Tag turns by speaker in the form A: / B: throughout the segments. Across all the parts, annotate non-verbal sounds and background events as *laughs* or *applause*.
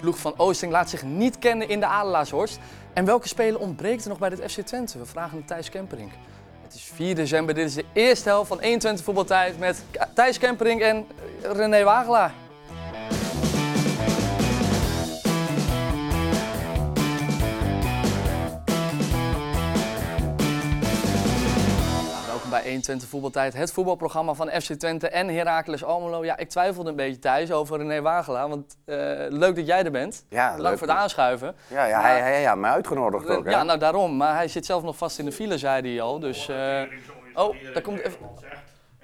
A: ploeg van Oosting laat zich niet kennen in de Adelaarshorst. En welke speler ontbreekt er nog bij dit FC Twente? We vragen het Thijs Kemperink. Het is 4 december, dit is de eerste helft van 120 voetbaltijd met Thijs Kemperink en René Wagelaar. Welkom bij 120 Voetbaltijd, het voetbalprogramma van FC Twente en Heracles Almelo. Ja, ik twijfelde een beetje thuis over René Wagelaar, want eh, leuk dat jij er bent.
B: Ja,
A: Bedankt
B: leuk.
A: voor het aanschuiven.
B: Ja, ja
A: Maar-
B: hij, hij, hij had mij uitgenodigd ook. Hè?
A: Ja, nou daarom. Maar hij zit zelf nog vast in de file, zei hij al. Dus, eh, oh, daar komt even...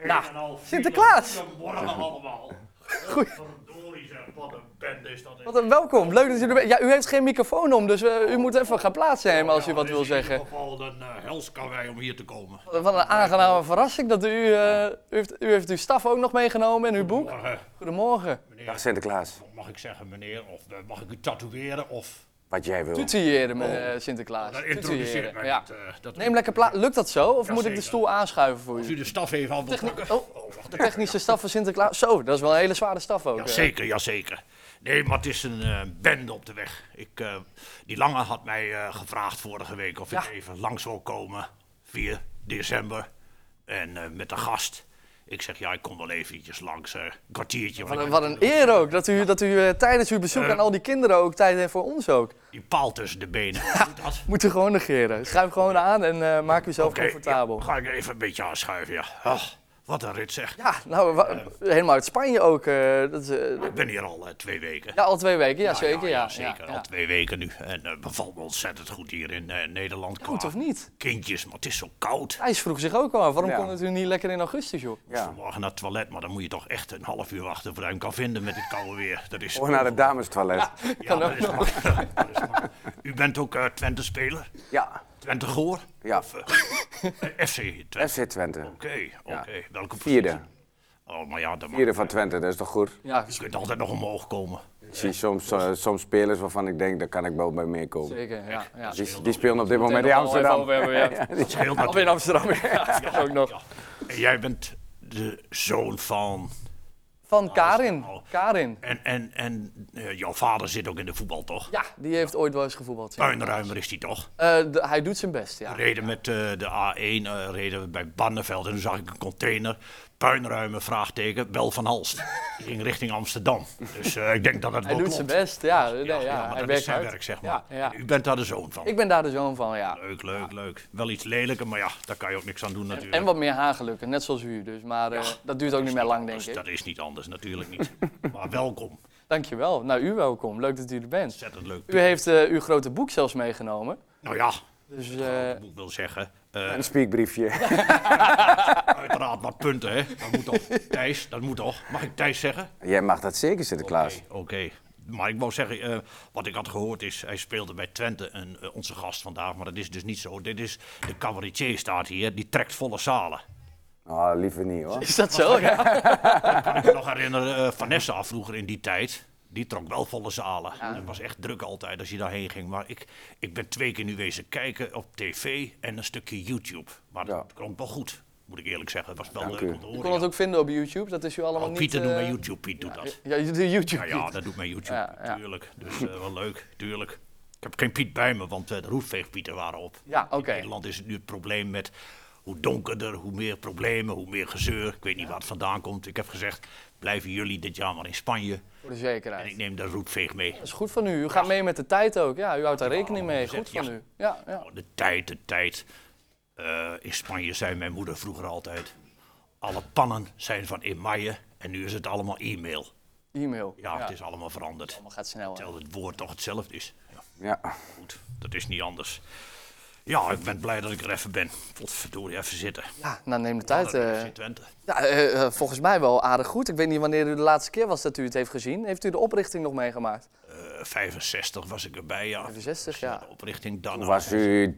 A: Nou, Sinterklaas!
C: Goedemorgen allemaal.
A: *laughs*
C: Godverdorie zeg, wat een bende is dat.
A: Wat een welkom. Leuk dat u er bent. Ja, u heeft geen microfoon om, dus eh, u moet even gaan plaatsen hem als u wat wil
C: Het
A: zeggen.
C: is in ieder geval een uh, helskawei om hier te komen.
A: Wat een aangename verrassing dat u... eh, u, heeft, u heeft uw staf ook nog meegenomen en uw boek.
C: Morgen,
A: Goedemorgen.
B: Dag
C: eh, meneer.
B: Sinterklaas,
C: Mag ik zeggen meneer, of eh, mag ik u tatoeëren, of...
B: wat jij wil.
A: Tutuieren,
C: Oh.
A: eh Sinterklaas.
C: Dat
A: Tutuieren,
C: introduceert mij
A: ja.
C: niet, eh, dat
A: Neem lekker plaats. Lukt dat zo? Of moet ik de
C: Jazeker.
A: stoel aanschuiven voor
C: Als u
A: u?
C: de staf even aan wilt pakken.
A: Oh, de technische staf van Sinterklaas. Zo, dat is wel een hele zware staf ook. eh.
C: Jazeker, jazeker. Nee, maar het is een eh, bende op de weg. Ik, eh, die Lange had mij eh, gevraagd vorige week of
A: Ja.
C: ik even langs wil komen. 4 december. En eh, met een gast. Ik zeg, ja, ik kom wel eventjes langs. eh, een kwartiertje.
A: Wat
C: want
A: een,
C: ik
A: wat
C: heb
A: een eer ook, dat u, dat u eh, tijdens uw bezoek aan al die kinderen ook tijd heeft voor ons ook.
C: Die paal tussen de benen.
A: *laughs*
C: Doe dat.
A: Moet u gewoon negeren. Schuif gewoon aan en eh, maak uzelf
C: Oké,
A: comfortabel.
C: ja, ga ik even een beetje aanschuiven, ja. Ah, wat een rit zeg.
A: Ja, nou, wa- helemaal uit Spanje ook. eh, dat is, eh,
C: Ik ben hier al eh, twee weken.
A: ja, al twee weken, ja,
C: Ja,
A: zeker. Ja,
C: zeker.
A: ja,
C: Al
A: ja.
C: twee weken nu. En eh bevalt me ontzettend goed hier in eh, Nederland.
A: Goed
C: qua
A: of niet?
C: Kindjes, maar het is zo koud.
A: Thijs vroeg zich ook al af, waarom
B: Ja.
A: kon het u niet lekker in augustus, joh?
B: Ja.
C: Vanmorgen naar het toilet, maar dan moet je toch echt een half uur wachten voordat je hem kan vinden met dit koude weer. Dat is
B: Of naar het damestoilet. Ja.
C: Ja, dat is maar- *laughs* dat is maar- U bent ook eh, Twente-speler?
B: ja.
C: Twente-goor?
B: Ja.
C: Of, eh, FC Twente?
B: FC Twente.
C: Oké, oké. Welke
B: Vierde.
C: positie? Oh, maar ja, dan mag...
B: Vierde van Twente, dat is toch goed?
A: Ja,
C: Je kunt altijd nog omhoog komen.
B: Ik zie soms, eh, soms spelers waarvan ik denk, daar kan ik wel bij meekomen.
A: zeker. Ja, ja.
B: Die, die spelen op dit moment in
A: Meteen nog wel even
B: Amsterdam.
A: over
B: *laughs*
A: hebben, ja.
C: Dat is heel
A: Of in Amsterdam, ja, dat ook nog.
C: En jij bent de zoon van...
A: Van Karin.
C: nou.
A: Karin.
C: En, en, en eh, jouw vader zit ook in de voetbal, toch?
A: Ja, die heeft ooit wel eens gevoetbald. ja.
C: Puinruimer is die toch?
A: Eh, de- hij doet zijn best, ja.
C: reden met eh, de A1, eh, reden we bij Barneveld en toen zag ik een container, puinruimen, vraagteken, Bel van Halst. Die ging richting Amsterdam. Dus eh, ik denk dat het
A: Hij
C: wel
A: doet
C: klopt.
A: zijn best, ja. Nee,
C: Ja,
A: ja,
C: ja, maar
A: hij
C: dat
A: werkt
C: is zijn
A: hard.
C: werk, zeg
A: Ja,
C: maar.
A: ja.
C: En U bent daar de zoon van.
A: Ik ben daar de zoon van, ja.
C: Leuk, leuk, leuk. Wel iets lelijker, maar ja, daar kan je ook niks aan doen natuurlijk.
A: En wat meer haargelukken, net zoals u dus. Maar eh, dat duurt ook niet meer lang, denk
C: Dus
A: ik.
C: dat is niet anders, natuurlijk
A: *laughs*
C: niet. maar welkom.
A: Dankjewel. Nou, u welkom. Leuk dat u er bent.
C: Ontzettend leuk.
A: U heeft eh, uw grote boek zelfs meegenomen.
C: Nou ja,
A: Dus eh,
C: ik wil zeggen, eh,
B: Een speakbriefje.
A: *laughs*
C: uiteraard wat punten, hè. Dat moet
A: *laughs*
C: toch. Thijs, dat moet toch. Mag ik Thijs zeggen?
B: Jij mag dat zeker, Sinterklaas.
C: Oké, oké. maar ik wou zeggen, eh, wat ik had gehoord is, hij speelde bij Twente, en, eh, onze gast vandaag, maar dat is dus niet zo. Dit is, de cabaretier staat hier, die trekt volle zalen.
B: Oh, liever niet hoor.
A: is dat zo? Ja.
C: Kan ik me nog herinneren, eh, Vanessa vroeger in die tijd, die trok wel volle zalen. En Het was echt druk altijd als je daarheen ging. Maar ik, ik ben twee keer nu wezen kijken op tv en een stukje YouTube. Maar
B: Ja.
C: dat klonk wel goed, moet ik eerlijk zeggen. Het was wel
B: Dank
C: leuk
B: u.
C: om te
A: U
C: horen.
A: kon het ook vinden op YouTube. Dat is u allemaal
C: Oh,
A: niet...
C: Pieter doet
A: eh,
C: bij YouTube, Piet doet dat.
A: Ja, de YouTube.
C: Ja, ja, dat doet mijn YouTube
A: Ja, ja.
C: natuurlijk. Dus eh, wel leuk, tuurlijk. Ik heb geen Piet bij me, want eh, de roetveegpieten waren op.
A: Ja, oké.
C: In Nederland is het nu het probleem met hoe donkerder, hoe meer problemen, hoe meer gezeur. Ik weet niet waar het vandaan komt. Ik heb gezegd, blijven jullie dit jaar maar in Spanje.
A: Voor de
C: En
A: zekerheid.
C: ik neem de roetveeg mee.
A: Dat is goed van u. U gaat mee met de tijd ook. Ja, u houdt daar rekening mee. Goed
C: Ja.
A: van u. Ja, ja.
C: Oh, De tijd, de tijd. Eh, in Spanje zei mijn moeder vroeger altijd, alle pannen zijn van emaille en nu is het allemaal e-mail.
A: E-mail.
C: Ja, het is allemaal veranderd.
A: allemaal gaat snel. hè.
C: Terwijl het woord toch hetzelfde is. Ja.
B: Ja.
C: Goed, dat is niet anders. Ja, ik ben blij dat ik er even ben. Potverdorie, even zitten.
A: Ja, nou neem de tijd.
C: Hallo,
A: eh.
C: FC Twente.
A: Ja, eh, eh, volgens mij wel aardig goed. Ik weet niet wanneer u de laatste keer was dat u het heeft gezien. Heeft u de oprichting nog meegemaakt?
C: Eh, 65 was ik erbij, ja. Dus, eh,
A: 65, ja.
C: De oprichting dan.
B: Toen was u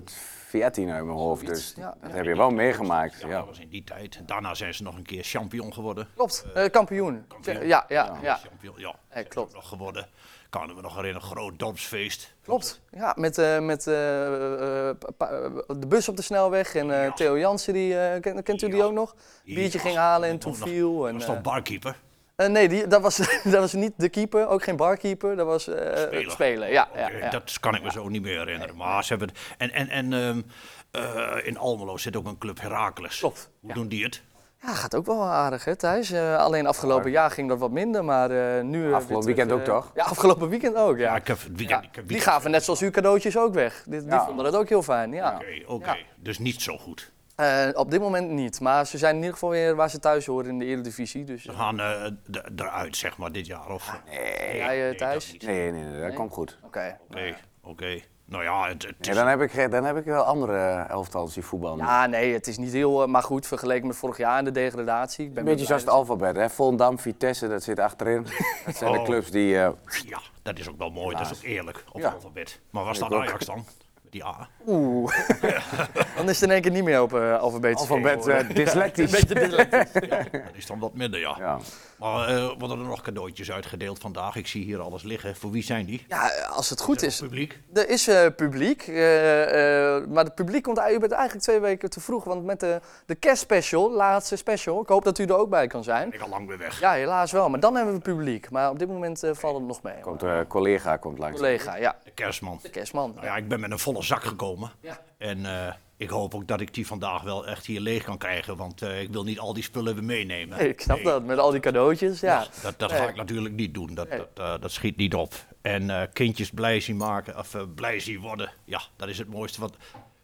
B: 314 uit mijn hoofd, dus
A: Ja,
B: dat heb je wel meegemaakt.
C: Ja, dat
B: Ja.
C: was in die tijd. En daarna zijn ze nog een keer champion geworden.
A: Klopt, eh, kampioen.
C: kampioen.
A: Ja, ja, ja.
C: Champion, ja.
A: Eh, klopt.
C: Nog geworden. Kan ik me nog herinneren, groot dorpsfeest.
A: Klopt. Ja, met, eh, met eh, eh, pa- eh, de bus op de snelweg en eh,
C: Ja.
A: Theo Jansen, die, eh, kent, kent u die
C: Ja.
A: ook nog? Biertje
C: Ja,
A: ging halen en
C: dat
A: toen
C: was nog-
A: viel.
C: Dat
A: En,
C: was
A: eh,
C: toch barkeeper?
A: Eh, nee, die, dat, was, *laughs* dat was niet de keeper, ook geen barkeeper. Dat was eh
C: Speler.
A: spelen. Ja, ja,
C: Eh,
A: ja.
C: Dat kan ik me zo niet meer herinneren. Maar ze hebben. het- En, en, en ehm, eh, in Almelo zit ook een club Heracles.
A: Klopt,
C: Hoe
A: ja.
C: doen die het?
A: Ja, gaat ook wel aardig, hè, Thijs? Eh, alleen afgelopen jaar ging dat wat minder, maar eh, nu... eh, weer
B: Afgelopen
A: terug,
B: weekend ook,
A: eh,
B: toch?
A: Ja, afgelopen weekend ook, ja.
C: Ja, ik heb het
A: Ja,
C: weekend. ik heb
A: die
C: weekend-
A: gaven net zoals u cadeautjes ook weg. Die, die
B: Ja.
A: vonden het ook heel fijn, ja.
C: Oké, oké. dus niet zo goed.
A: Eh, op dit moment niet, maar ze zijn in ieder geval weer waar ze thuis horen in de Eredivisie. Dus
C: Ze
A: eh,
C: gaan eh, d- eruit, zeg maar, dit jaar. Of,
A: jij eh, Thijs?
C: dat niet.
B: Nee, nee, nee, dat komt goed.
A: Oké.
C: Oké, oké. Nou ja, het, het
B: Ja,
C: is
B: dan, heb ik, ge- dan heb ik wel andere eh, elftals die voetbal. nu.
A: Ja, Ah, nee, het is niet heel... eh, maar goed, vergeleken met vorig jaar in de degradatie. Ik ben
B: Een beetje
A: blij
B: zoals het alfabet, hè? Volendam, Vitesse, dat zit achterin. Dat zijn de
C: Oh.
B: clubs die... eh,
C: *laughs* Ja, dat is ook wel mooi. Dat is ook eerlijk op
B: Ja.
C: het alfabet. Maar was dat
B: ook.
C: Ajax dan? Die A.
A: dat- Oeh. *laughs* Dan is het in één keer niet meer op eh alfabetisch
B: alfabet
A: volgorde.
B: eh, dyslectisch.
A: Beetje dyslectisch.
C: Dat is dan wat minder, ja.
B: Ja.
C: Maar eh, worden er nog cadeautjes uitgedeeld vandaag? Ik zie hier alles liggen. Voor wie zijn die?
A: Ja, eh, als het goed is.
C: Publiek?
A: Er is eh, publiek, eh, eh, maar het publiek komt eigenlijk, u bent eigenlijk twee weken te vroeg. Want met de, de kerstspecial, laatste special, ik hoop dat u er ook bij kan zijn.
C: Ik al lang weer weg.
A: Ja, helaas wel, maar dan hebben we publiek. Maar op dit moment eh, valt het nog mee.
B: Komt, eh, collega komt langs.
A: Collega, ja,
C: De kerstman.
A: de kerstman.
C: Nou ja, ik ben met een volle zak gekomen.
A: Ja.
C: En eh, ik hoop ook dat ik die vandaag wel echt hier leeg kan krijgen. Want eh, ik wil niet al die spullen weer meenemen.
A: Nee, *laughs* ik snap
C: Nee,
A: dat, met al die cadeautjes. Ja.
C: Dat, dat
A: Nee.
C: ga ik natuurlijk niet doen. Dat, dat, eh, dat schiet niet op. En eh, kindjes blij zien maken, of eh, blij zien worden. Ja, dat is het mooiste. Wat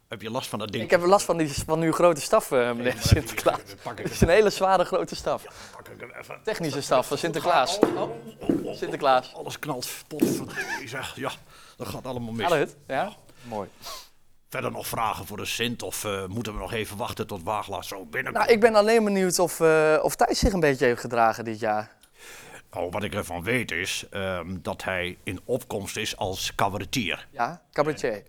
C: heb je last van dat ding?
A: Ik heb last van, die, van uw grote staf, eh, meneer
C: maar
A: Sinterklaas.
C: even- pak ik
A: Het is een hele zware grote staf.
C: Pak ik hem even.
A: Technische staf van Sinterklaas.
C: Oh, oh, oh, oh.
A: Sinterklaas.
C: Alles knalt. Potverdorie, zeg. Ja, dat gaat allemaal mis.
A: Gaat het? Ja? Mooi.
C: Verder nog vragen voor de Sint? Of eh, moeten we nog even wachten tot Waaglaas zo binnenkomt?
A: Nou, ik ben alleen benieuwd of, eh, of Thijs zich een beetje heeft gedragen dit jaar.
C: Oh, wat ik ervan weet is ehm, dat hij in opkomst is als cabaretier.
A: Ja, cabaretier.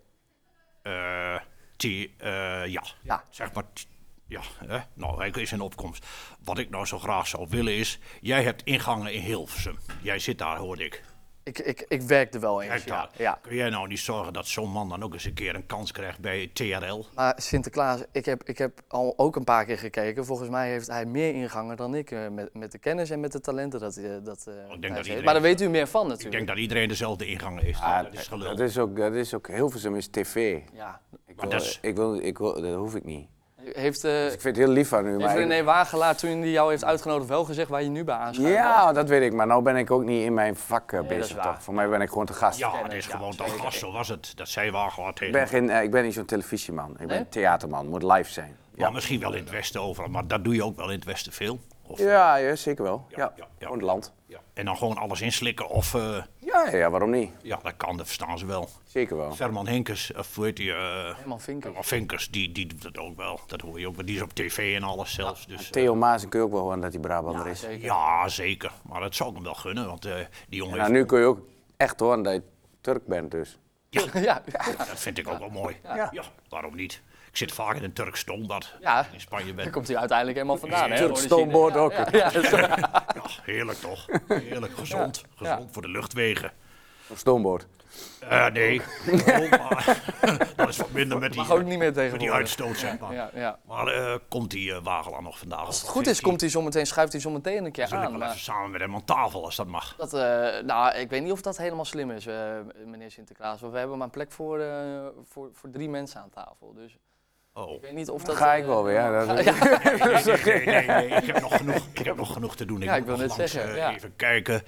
C: Eh, die, eh, ja.
A: Ja.
C: zeg maar. t- Ja, hè? nou, hij is in opkomst. Wat ik nou zo graag zou willen is. Jij hebt ingangen in Hilversum. Jij zit daar, hoorde ik.
A: Ik, ik, ik werk er wel eens,
C: Kijk
A: ja.
C: daar.
A: ja.
C: Kun jij nou niet zorgen dat zo'n man dan ook eens een keer een kans krijgt bij TRL?
A: Maar Sinterklaas, ik heb, ik heb al ook een paar keer gekeken. Volgens mij heeft hij meer ingangen dan ik eh, met, met de kennis en met de talenten. Dat, eh, dat,
C: Oh,
A: eh, Thijs heeft.
C: iedereen-
A: Maar daar weet u meer van
C: Ik
A: natuurlijk.
C: denk dat iedereen dezelfde ingangen heeft.
B: Ja,
C: dat is gelul.
B: Ah, dat is ook, dat is ook, Hilversum is tv.
A: Ja.
B: Ik
C: Maar
B: wil,
C: dat is-
B: ik wil, ik wil, dat hoef ik niet.
A: Heeft, eh,
B: Ik vind het heel lief van u,
A: heeft
B: maar... ik-
A: René Wagelaar, toen hij jou heeft uitgenodigd, wel gezegd waar je nu bij aansluit?
B: Ja, dat weet ik, maar nou ben ik ook niet in mijn vak eh,
A: dat is
B: bezig,
A: waar.
B: toch? Voor mij ben ik gewoon te gast.
C: Ja, dat is gewoon dat gast, zo was het. Dat zei Waaglaas tegen
B: Ik ben, geen, eh, ik ben niet zo'n televisieman. Ik ben
A: Nee?
B: theaterman. Moet live zijn.
C: Maar misschien wel in het Westen overal, maar dat doe je ook wel in het Westen veel. Of,
B: Ja, ja zeker wel. Ja,
C: ja, ja.
B: Gewoon het land.
C: ja. En dan gewoon alles inslikken of... eh,
B: Ja, ja, ja, waarom niet?
C: ja, dat kan, dat verstaan ze wel.
B: Zeker wel.
C: Herman Hinkes, of hoe heet die? eh,
A: Herman Vinker.
C: Herman Vinkers, die, die doet dat ook wel. Dat hoor je ook, wel. die is op tv en alles zelfs. Dus, eh,
B: Theo Maas kun je ook wel horen dat hij Brabander is.
C: ja, zeker. Maar dat zou ik hem wel gunnen, want eh, die jongen
B: Nou,
C: heeft-
B: nu kun je ook echt horen dat je Turk bent dus.
A: *laughs* Ja,
C: dat vind ik ook wel mooi. Ja. waarom niet? Ik zit vaak in een Turks stoombad.
A: Ja.
C: In Spanje ben
A: daar komt hij uiteindelijk helemaal vandaan. hè? Dus
B: Turk
A: origine.
B: stoomboord ook.
A: Ja, ja, zo-
C: Ja, heerlijk toch? Heerlijk, gezond. Gezond voor de luchtwegen.
B: Of stoomboord.
C: Eh, nee, Oh, maar- *laughs* dat is wat minder met die,
A: mag ook niet meer
C: met die
A: tegenwoordig.
C: uitstoot, zeg maar.
A: Ja, ja.
C: Maar eh, komt die eh Wagelaar nog vandaag? Als
A: Goed is, komt hij zometeen, schuift hij zometeen een keer
C: Zal ik
A: aan.
C: wel
A: maar-
C: even samen met hem aan tafel, als dat mag.
A: Dat, eh, nou, ik weet niet of dat helemaal slim is, eh, meneer Sinterklaas. Want we hebben maar een plek voor, eh, voor, voor drie mensen aan tafel. Dus
C: Oh.
A: ik weet niet of dat...
B: Dan ga
A: eh, *laughs*
B: ik wel weer. ja, dat-
C: Nee, nee, nee, nee, nee, Ik, heb nog genoeg, ik heb nog genoeg te doen.
A: Ja, ik
C: moet
A: wil
C: nog
A: net
C: langs,
A: zeggen,
C: eh,
A: ja.
C: Even kijken.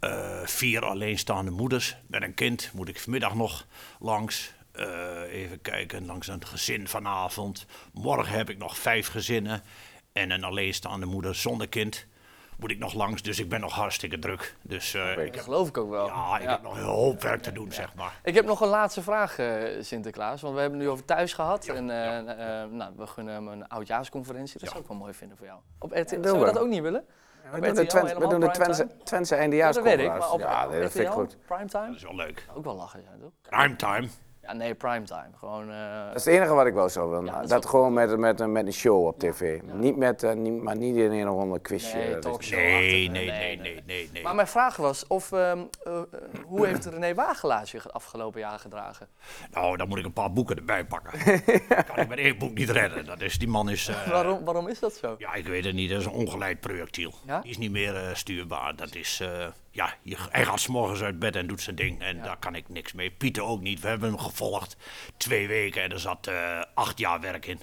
C: Eh, vier alleenstaande moeders met een kind moet ik vanmiddag nog langs. Eh, even kijken, langs een gezin vanavond. Morgen heb ik nog vijf gezinnen. En een alleenstaande moeder zonder kind moet ik nog langs. Dus ik ben nog hartstikke druk. Dus eh, ik,
A: Dat
C: heb,
A: geloof ik ook wel.
C: ja, ik heb nog een hoop werk te doen, zeg maar.
A: Ik heb nog een laatste vraag, eh, Sinterklaas. Want we hebben het nu over thuis gehad. en eh, eh, nou, we gunnen hem een oudjaarsconferentie. Dat zou ik wel mooi vinden voor jou. Op RTL. Zou je
B: we.
A: dat ook niet willen?
B: We doen de Twents- we doen de Twentse- Twentse
A: Ja, dat weet ik.
B: eindejaarsconferentie.
A: Maar op
B: Ja, nee, dat vind ik
A: RTL,
B: goed.
A: primetime?
C: Dat is wel leuk.
A: Ook wel lachen, ja, toch?
C: Primetime.
A: Ja, Ja, nee, primetime. Gewoon, eh,
B: Dat is het enige wat ik wel zou willen. Nou,
A: Ja, dat
B: dat
A: is ook-
B: gewoon met, met, een- met een show op tv. Niet met, eh, niet, maar niet in een of ander quizje.
A: nee,
B: Dat is-
A: talkshow.
C: Nee, nee, nee, nee, nee, nee.
A: Maar mijn vraag was, of, ehm, eh, eh, hoe heeft René Wagelaar zich het afgelopen jaar gedragen?
C: Nou, dan moet ik een paar boeken erbij
A: *laughs*
C: pakken. kan ik met één boek niet redden. Dat is, die man is... eh,
A: Waarom, waarom is dat zo?
C: Ja, ik weet het niet. Dat is een ongeleid projectiel.
A: Ja?
C: Die is niet meer eh, stuurbaar. Dat is, eh, ja, je, hij gaat 's morgens uit bed en doet zijn ding. En daar kan ik niks mee. Pieter ook niet. We hebben hem gevolgd twee weken en er zat eh, acht jaar werk in.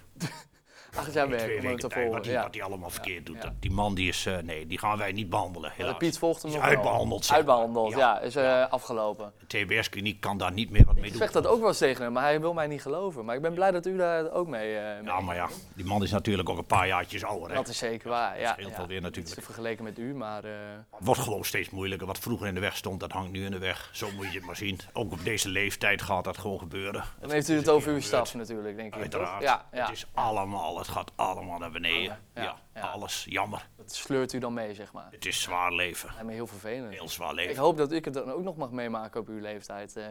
A: Acht jaar
C: twee
A: werk om hem
C: weken
A: te
C: tijd,
A: volgen.
C: wat, hij,
A: Ja.
C: wat hij allemaal verkeerd doet. Dat- die man die is, eh, nee, die gaan wij niet behandelen.
A: Maar
C: helaas.
A: Piet volgt hem
C: is
A: nog wel.
C: uitbehandeld. zeg maar.
A: Uitbehandeld, ja. Is eh, afgelopen.
C: De TBS-kliniek kan daar niet meer wat mee
A: Ik
C: doen.
A: zeg dat ook wel eens tegen hem, maar hij wil mij niet geloven. Maar ik ben blij dat u daar ook mee... eh, mee-
C: Ja, maar ja, die man is natuurlijk ook een paar jaartjes ouder. Hè.
A: Dat is zeker waar, ja.
C: scheelt
A: ja.
C: wel weer
A: Niet
C: natuurlijk.
A: vergeleken met u, maar... eh,
C: Wordt gewoon steeds moeilijker. Wat vroeger in de weg stond, dat hangt nu in de weg. Zo moet je het maar zien. Ook op deze leeftijd gaat dat gewoon gebeuren.
A: Dan heeft u het over uw staf natuurlijk, denk ik. toch?
C: Uiteraard.
A: Ja, ja.
C: Het is allemaal, het gaat allemaal naar beneden.
A: Ja,
C: Ja,
A: ja.
C: alles. Jammer.
A: Dat sleurt u dan mee, zeg maar.
C: Het is zwaar leven.
A: Ja, maar heel vervelend.
C: Heel zwaar
A: Ik
C: leven.
A: hoop dat ik het dan ook nog mag meemaken op uw leeftijd. eh.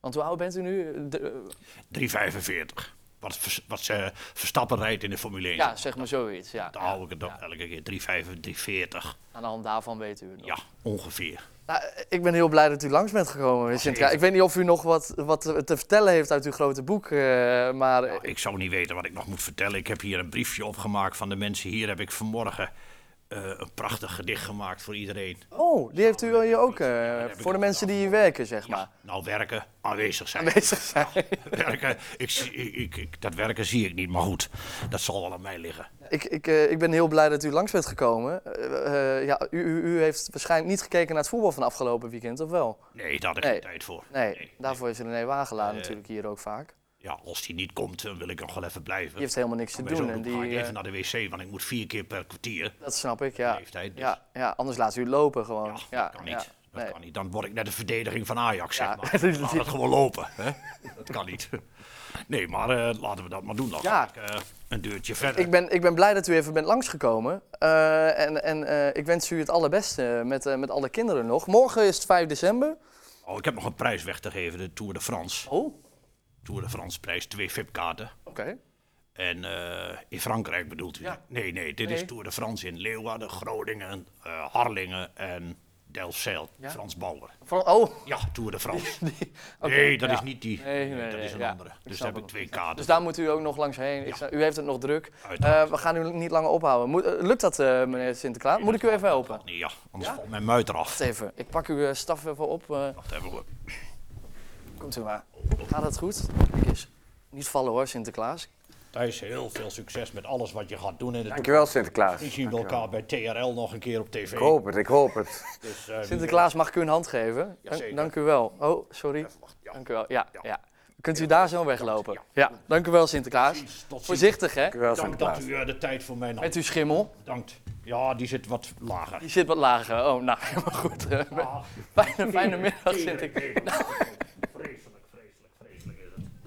A: want hoe oud bent u nu? De- eh,
C: 345. Wat, vers- wat ze Verstappen rijdt in de Formule 1.
A: ja, zeg maar zoiets. Ja,
C: Daar
A: ja.
C: hou ik het dan elke keer. 345, 340.
A: Aan de hand daarvan weet u het nog.
C: Ja, ongeveer.
A: Nou, ik ben heel blij dat u langs bent gekomen, Sintra. Ik weet niet of u nog wat, wat te te vertellen heeft uit uw grote boek, eh, maar...
C: Nou, ik zou niet weten wat ik nog moet vertellen. Ik heb hier een briefje opgemaakt van de mensen. Hier heb ik vanmorgen eh, een prachtig gedicht gemaakt voor iedereen.
A: oh, die heeft u hier ook, eh,
C: heb ik
A: voor de
C: ook
A: mensen die hier werken, zeg maar.
C: Ja, nou werken, aanwezig zijn.
A: Bezig zijn.
C: *laughs* werken, ik, zie- ik, ik, ik- dat werken zie ik niet, maar goed, dat zal wel aan mij liggen.
A: Ik, ik, eh, ik ben heel blij dat u langs bent gekomen. Eh, eh, ja, u, u, u heeft waarschijnlijk niet gekeken naar het voetbal van afgelopen weekend, of wel?
C: Nee, daar had ik
A: Nee.
C: geen tijd voor. Eh,
A: Nee, daarvoor is René Wagelaar natuurlijk hier ook vaak.
C: Ja, als die niet komt, dan wil ik nog wel even blijven.
A: Die heeft helemaal niks te
C: Bij zo'n
A: doen. En
C: roep ga
A: die,
C: ik even
A: eh,
C: naar de wc, want ik moet vier keer per kwartier.
A: dat snap ik, ja.
C: leeftijd, dus.
A: ja, ja. Anders laat u het lopen gewoon.
C: Ja,
A: Ja,
C: dat kan niet.
A: ja,
C: dat
A: nee.
C: kan niet. Dan word ik net de verdediging van Ajax,
A: Ja,
C: zeg maar.
A: *laughs* dat is-
C: Laat het gewoon lopen, hè? Dat kan niet. *laughs* Nee, maar eh, laten we dat maar doen dan.
A: Ja.
C: Ga ik, eh, een deurtje verder.
A: Ik ben, ik ben blij dat u even bent langsgekomen. Eh, en en eh, ik wens u het allerbeste met, eh, met alle kinderen nog. Morgen is het 5 december.
C: Oh, ik heb nog een prijs weg te geven, de Tour de France.
A: Oh, oké.
C: Tour de France prijs, twee VIP-kaarten. En eh, in Frankrijk bedoelt u?
A: Ja.
C: Nee, nee, dit
A: Nee.
C: is Tour de France in Leeuwarden, Groningen, eh, Harlingen en Delfzijl.
A: Ja.
C: Frans Bauer.
A: Van, oh, *laughs*
C: Ja, Tour de France.
A: oké,
C: nee, dat
A: ja.
C: is niet die.
A: Nee,
C: Nee,
A: nee,
C: dat
A: nee,
C: is een
A: ja.
C: andere.
A: Ik
C: Dus
A: snap
C: daar heb ik
A: het.
C: twee kaarten.
A: Dus daar moet u ook nog langs heen. Ik snap- u heeft het nog druk.
C: Uiteraard.
A: Eh, we gaan u niet langer ophouden. Moet, eh, lukt dat, eh, meneer Sinterklaas? Moet ik u even helpen?
C: Nee, ja, anders valt mijn muit eraf.
A: Wacht even. Ik pak uw eh, staf even op. eh.
C: Wacht even hoor.
A: komt u maar. Gaat het goed? Kijk eens. Niet vallen hoor, Sinterklaas.
C: Thijs, heel veel succes met alles wat je gaat doen in de toekomst.
B: Dankjewel Sinterklaas.
C: Misschien zien we elkaar bij TRL nog een keer op tv.
B: Ik hoop het, ik hoop het.
C: Dus, eh, wie
A: Sinterklaas, mag ik u een hand geven? Dank,
C: Jazeker.
A: dank u wel. Oh, sorry.
C: weet. Wacht, ja.
A: Dank u wel. Ja,
C: Ja.
A: ja. Kunt u daar zo weglopen? Ja, dank u wel, Sinterklaas.
C: Precies, tot ziens.
A: Voorzichtig, hè?
B: Dankjewel
C: Dank dat
B: Sinterklaas.
C: u eh, de tijd voor mij nam.
A: Met uw schimmel.
C: Dankt. Ja, die zit wat lager.
A: Die zit wat lager. Oh, nou, *laughs* helemaal goed. Eh,
C: Ah.
A: Fijne, fijne middag, Nou. Sinterklaas.
C: Vreselijk, vreselijk, vreselijk is het.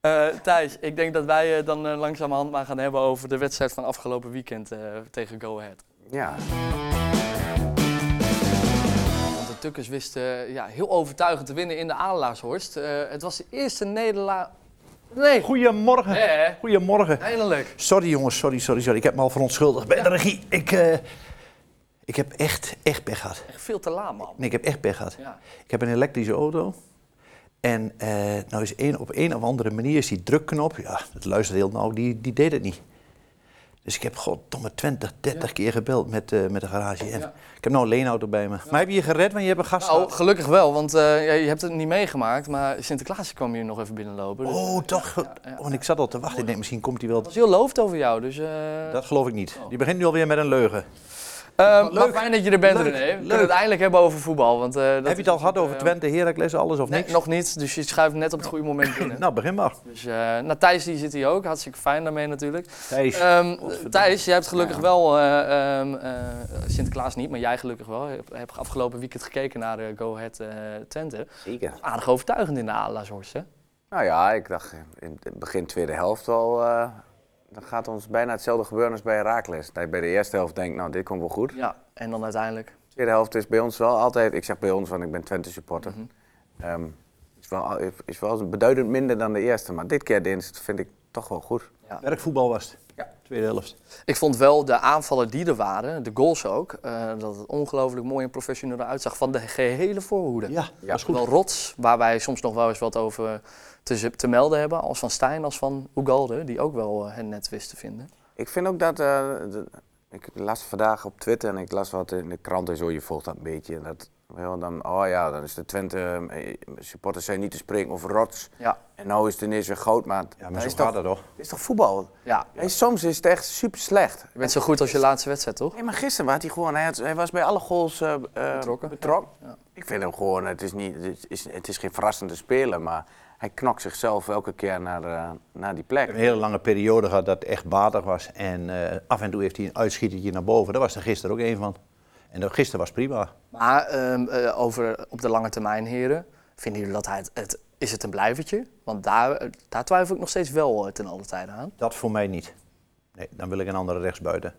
C: Bah.
A: Eh, Thijs, ik denk dat wij eh, dan eh, langzamerhand maar gaan hebben over de wedstrijd van afgelopen weekend eh, tegen Go Ahead.
B: Ja.
A: Want de Tukkers wisten eh, ja, heel overtuigend te winnen in de Adelaarshorst. Eh, het was de eerste nederlaag... Nee,
D: Goedemorgen.
A: hè?
D: Goedemorgen.
A: Eindelijk.
D: Sorry jongens, sorry, sorry, sorry. Ik heb me al verontschuldigd bij de regie. Ik, eh, ik heb echt, echt pech gehad.
A: Echt veel te laat, man.
D: Nee, ik heb echt pech gehad.
A: Ja.
D: Ik heb een elektrische auto. En eh, nou is één, op een of andere manier is die drukknop, ja, het luistert heel nauw, Oh, die, die deed het niet. Dus ik heb goddomme 20, 30 keer gebeld met, eh, met de garage. En
A: Ja.
D: ik heb nou een leenauto bij me. Maar heb je je gered, want je hebt een gast.
A: Nou, gelukkig wel, want eh, ja, je hebt het niet meegemaakt, maar Sinterklaas kwam hier nog even binnenlopen. Dus...
D: oh, toch?
A: ja. Oh.
D: Oh, want ik zat al te wachten. Ik denk, misschien komt hij
A: Het
D: wel.
A: was heel loofd over jou, dus... eh,
D: Dat geloof ik niet. Die begint nu alweer met een leugen.
A: eh,
D: Leuk.
A: maar fijn dat je er bent,
D: Leuk.
A: René. We kunnen
D: Leuk.
A: het eindelijk hebben over voetbal, want... eh, dat
D: Heb je
A: is
D: het al gehad over
A: natuurlijk, eh,
D: Twente, Heracles, alles of
A: Nee,
D: niks?
A: nog niet, dus je schuift net op het goede moment binnen.
D: *laughs* Nou, begin maar.
A: Dus, eh nou, Thijs die zit hier ook, hartstikke fijn daarmee natuurlijk.
D: Thijs.
A: Ehm,
D: godverdomme.
A: Thijs, jij hebt gelukkig wel, eh, ehm, eh, Sinterklaas niet, maar jij gelukkig wel. Ik heb, heb afgelopen weekend gekeken naar eh, Go Ahead eh, Twente.
B: Zeker.
A: Aardig overtuigend in de Adelaarshorst, hè?
B: Nou ja, ik dacht eh, in het begin tweede helft al. eh, dan gaat ons bijna hetzelfde gebeuren als bij Herakles. Dat je bij de eerste helft denkt, nou dit komt wel goed.
A: Ja, en dan uiteindelijk.
B: De tweede helft is bij ons wel altijd, ik zeg bij ons, want ik ben Twente supporter. Ehm, Is wel, is wel beduidend minder dan de eerste, maar dit keer de eerste vind ik toch wel goed.
D: Werkvoetbal was het.
B: Ja.
D: Tweede helft.
A: Ik vond wel de aanvallen die er waren, de goals ook, eh, dat het ongelooflijk mooi en professioneel uitzag van de gehele voorhoede.
D: Ja, was goed.
A: Wel rots, waar wij soms nog wel eens wat over te, te melden hebben, als van Stijn, als van Ugalde, die ook wel eh, het net wist te vinden.
B: Ik vind ook dat. eh, de- ik las vandaag op Twitter en ik las wat in de krant en zo. Je volgt dat een beetje. En dat, wel, dan, oh ja, dan is de Twente. eh, supporters zijn niet te springen of rots.
A: Ja,
B: En nou is het ineens weer goud, maar.
D: Ja,
B: dat
D: maar zo
B: is toch,
D: gaat dat toch?
B: dit is toch voetbal?
A: ja.
B: Hey, soms is het echt super slecht.
A: Je bent zo goed als je laatste wedstrijd, toch?
B: Nee, maar gisteren was hij gewoon. Hij, had- hij was bij alle goals eh, eh,
A: Betrokken.
B: betrokken.
A: Ja.
B: Ik vind hem gewoon. Het is, niet, het, is, het is geen verrassende speler, maar hij knokt zichzelf elke keer naar, eh, naar die plek.
D: Een hele lange periode gehad dat het echt batig was. En eh, af en toe heeft hij een uitschietertje naar boven. Daar was er gisteren ook één van. En dat gisteren was prima.
A: Maar ehm, eh, over op de lange termijn, heren, vinden jullie dat hij het, het- is het een blijvertje? Want daar, eh, daar twijfel ik nog steeds wel eh, ten alle tijde aan.
D: Dat voor mij niet. Nee, dan wil ik een andere rechtsbuiten.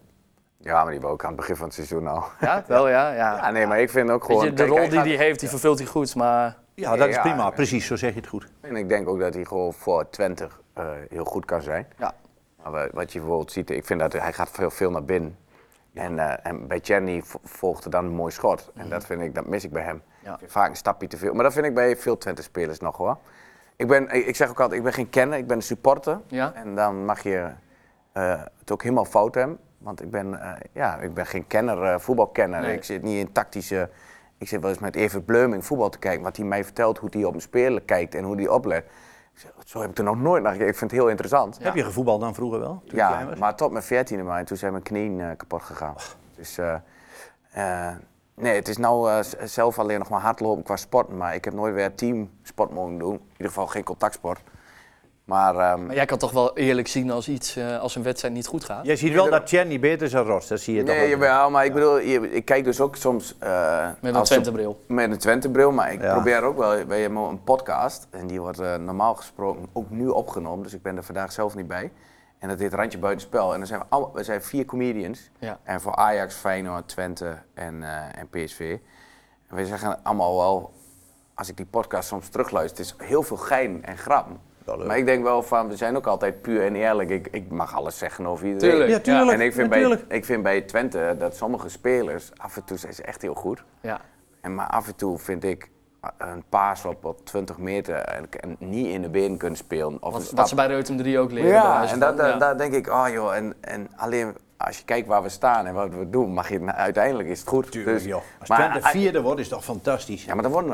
B: Ja, maar die wou ook aan het begin van het seizoen al.
A: *laughs* Ja, wel ja, ja.
B: Ja, nee, maar ik vind ook
A: Weet
B: gewoon.
A: je, de
B: kijk,
A: rol
B: hij
A: die
B: gaat-
A: hij heeft, die vervult hij goed, maar
D: Ja, dat is
B: Ja,
D: prima.
B: ja.
D: Precies, zo zeg je het goed.
B: En ik denk ook dat hij gewoon voor 20 eh, heel goed kan zijn.
A: ja.
B: Maar wa- wat je bijvoorbeeld ziet, ik vind dat hij gaat veel, veel naar binnen. En, eh, en bij Jenny volgde dan een mooi schot. En dat, vind ik, dat mis ik bij hem.
A: Mhm. Ja.
B: Ik vind Vaak een stapje te veel. Maar dat vind ik bij veel Twente-spelers nog hoor. Ik, ben, ik ik zeg ook altijd, ik ben geen kenner, ik ben een supporter.
A: Ja.
B: En dan mag je eh, het ook helemaal fout hebben. Want ik ben, eh, ja, ik ben geen kenner, eh, voetbalkenner.
A: Nee.
B: Ik zit niet in tactische... Ik zit wel eens met Evert Bleuming voetbal te kijken. Wat hij mij vertelt, hoe hij op een speler kijkt en hoe hij oplet. Ik zeg, zo heb ik er nog nooit naar gekeken. Ik vind het heel interessant.
D: Heb je gevoetbald dan vroeger wel? Toen je klein
B: Ja,
D: was?
B: maar tot mijn veertiende maar. En toen zijn mijn knieën eh, kapot gegaan. Dus eh, eh, nee, het is nou eh, z- zelf alleen nog maar hardlopen qua sporten. Maar ik heb nooit weer teamsport mogen doen. In ieder geval geen contactsport. Maar ehm,
A: Maar jij kan toch wel eerlijk zien als, iets, eh, als een wedstrijd niet goed gaat?
D: Jij ziet wel dat Chenny beter is dan Ross. Dat zie je toch eh,
B: nee,
D: wel.
B: jawel, maar ik bedoel, je- ik kijk dus ook soms... eh,
A: Met een
B: als-
A: Twente-bril.
B: Met een Twente-bril, maar ik
D: Ja.
B: probeer ook wel... We hebben een podcast en die wordt eh, normaal gesproken ook nu opgenomen. Dus ik ben er vandaag zelf niet bij. En dat heet Randje Buitenspel. En dan zijn we, al, we zijn vier comedians.
A: Ja.
B: En voor Ajax, Feyenoord, Twente en, eh, en PSV. En we zeggen allemaal wel, als ik die podcast soms terugluister, het is heel veel gein en grap.
D: Wel leuk.
B: Maar ik denk wel van, we zijn ook altijd puur en eerlijk. Ik, ik mag alles zeggen over iedereen.
A: Tuurlijk.
D: Ja, tuurlijk.
B: En ik vind, bij,
D: natuurlijk.
B: ik vind bij Twente dat sommige spelers, af en toe zijn ze echt heel goed.
A: Ja.
B: En maar af en toe vind ik eh, een paas op, op 20 meter en, en niet in de been kunnen spelen. Of een
A: Wat,
B: stap. Dus
A: wat ze bij Reutem 3 ook leren. bij
B: Ja,
A: wijze
B: en
A: van,
B: dat, dat-
A: ja.
B: daar denk ik, oh joh, en, en alleen als je kijkt waar we staan en wat we doen, mag je, uiteindelijk is het goed.
D: Tuurlijk,
B: Dus-
D: joh. Als
B: maar-
D: Twente vierde wordt, is toch fantastisch.
B: Ja,
D: Ja.
B: maar dan worden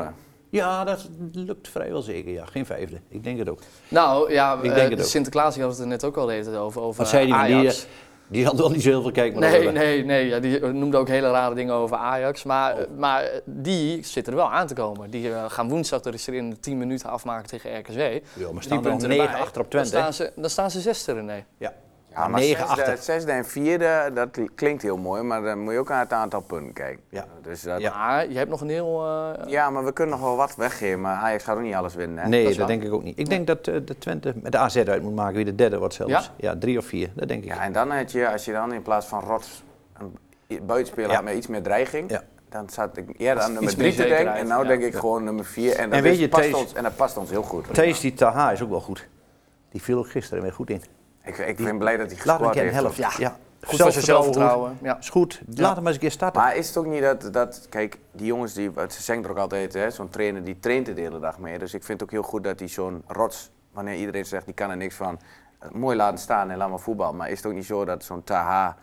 B: we.
D: dat lukt vrijwel zeker. Ja, geen vijfde. Ik denk het ook.
A: Nou ja,
D: Ik
A: eh,
D: denk het
A: de
D: ook.
A: Sinterklaas die had het er net ook al de hele tijd over. over
D: Wat zei die
A: Ajax.
D: man? Die, eh, die had wel niet zo heel veel kijk. Maar
A: Nee, nee, nee. Ja, die eh, noemde ook hele rare dingen over Ajax. Maar,
D: Oh.
A: maar eh, die zit er wel aan te komen. Die eh, gaan woensdag de resterende 10 minuten afmaken tegen RKC.
D: maar
A: Drie
D: staan er
A: punten
D: al negen
A: erbij.
D: achter op Twente,
A: Dan
D: hè?
A: staan ze, dan staan ze zesde, René.
D: Ja.
B: Ja, maar
D: Negen
B: zesde,
D: achter.
B: zesde en vierde, dat klinkt heel mooi, maar dan moet je ook aan het aantal punten kijken.
D: Ja.
B: Dus dat-
D: Ja.
B: ja.
A: Maar je hebt nog een heel... eh,
B: maar we kunnen nog wel wat weggeven, maar Ajax gaat ook niet alles winnen. Hè?
D: Nee,
A: dat
D: dat,
A: is waar.
D: denk ik ook niet. Ik denk dat eh, de Twente met de AZ uit moet maken wie de derde wordt zelfs.
A: Ja?
D: Ja, drie of vier, dat denk ik.
B: Ja, en dan had je, als je dan in plaats van rots een buitenspeler
D: Ja.
B: had met iets meer dreiging,
D: Ja.
B: dan zat ik eerder aan nummer
A: meer
B: drie te
A: zekerheid,
B: denken en nu
A: ja.
B: denk ik gewoon nummer vier. En dat,
D: En weet
B: is-
D: je,
B: past
D: Thees-
B: ons, en dat past ons heel goed.
D: Thees die Taha is ook wel goed. Die viel ook gisteren weer goed in.
B: Ik, ik ben blij dat hij
D: Laat hem
B: gescoord
D: een keer een
B: heeft.
D: helft.
A: Ja.
D: Goed
A: voor zijn zelfvertrouwen,
D: goed.
A: ja.
D: Is goed. Laat hem maar eens een keer starten.
B: Maar is het ook niet dat, dat kijk, die jongens, die, wat ze zeggen er ook altijd, hè, zo'n trainer die traint er de hele dag mee. Dus ik vind het ook heel goed dat hij zo'n rots, wanneer iedereen zegt, die kan er niks van, eh, mooi laten staan en laat maar voetbal. Maar is het ook niet zo dat zo'n Taha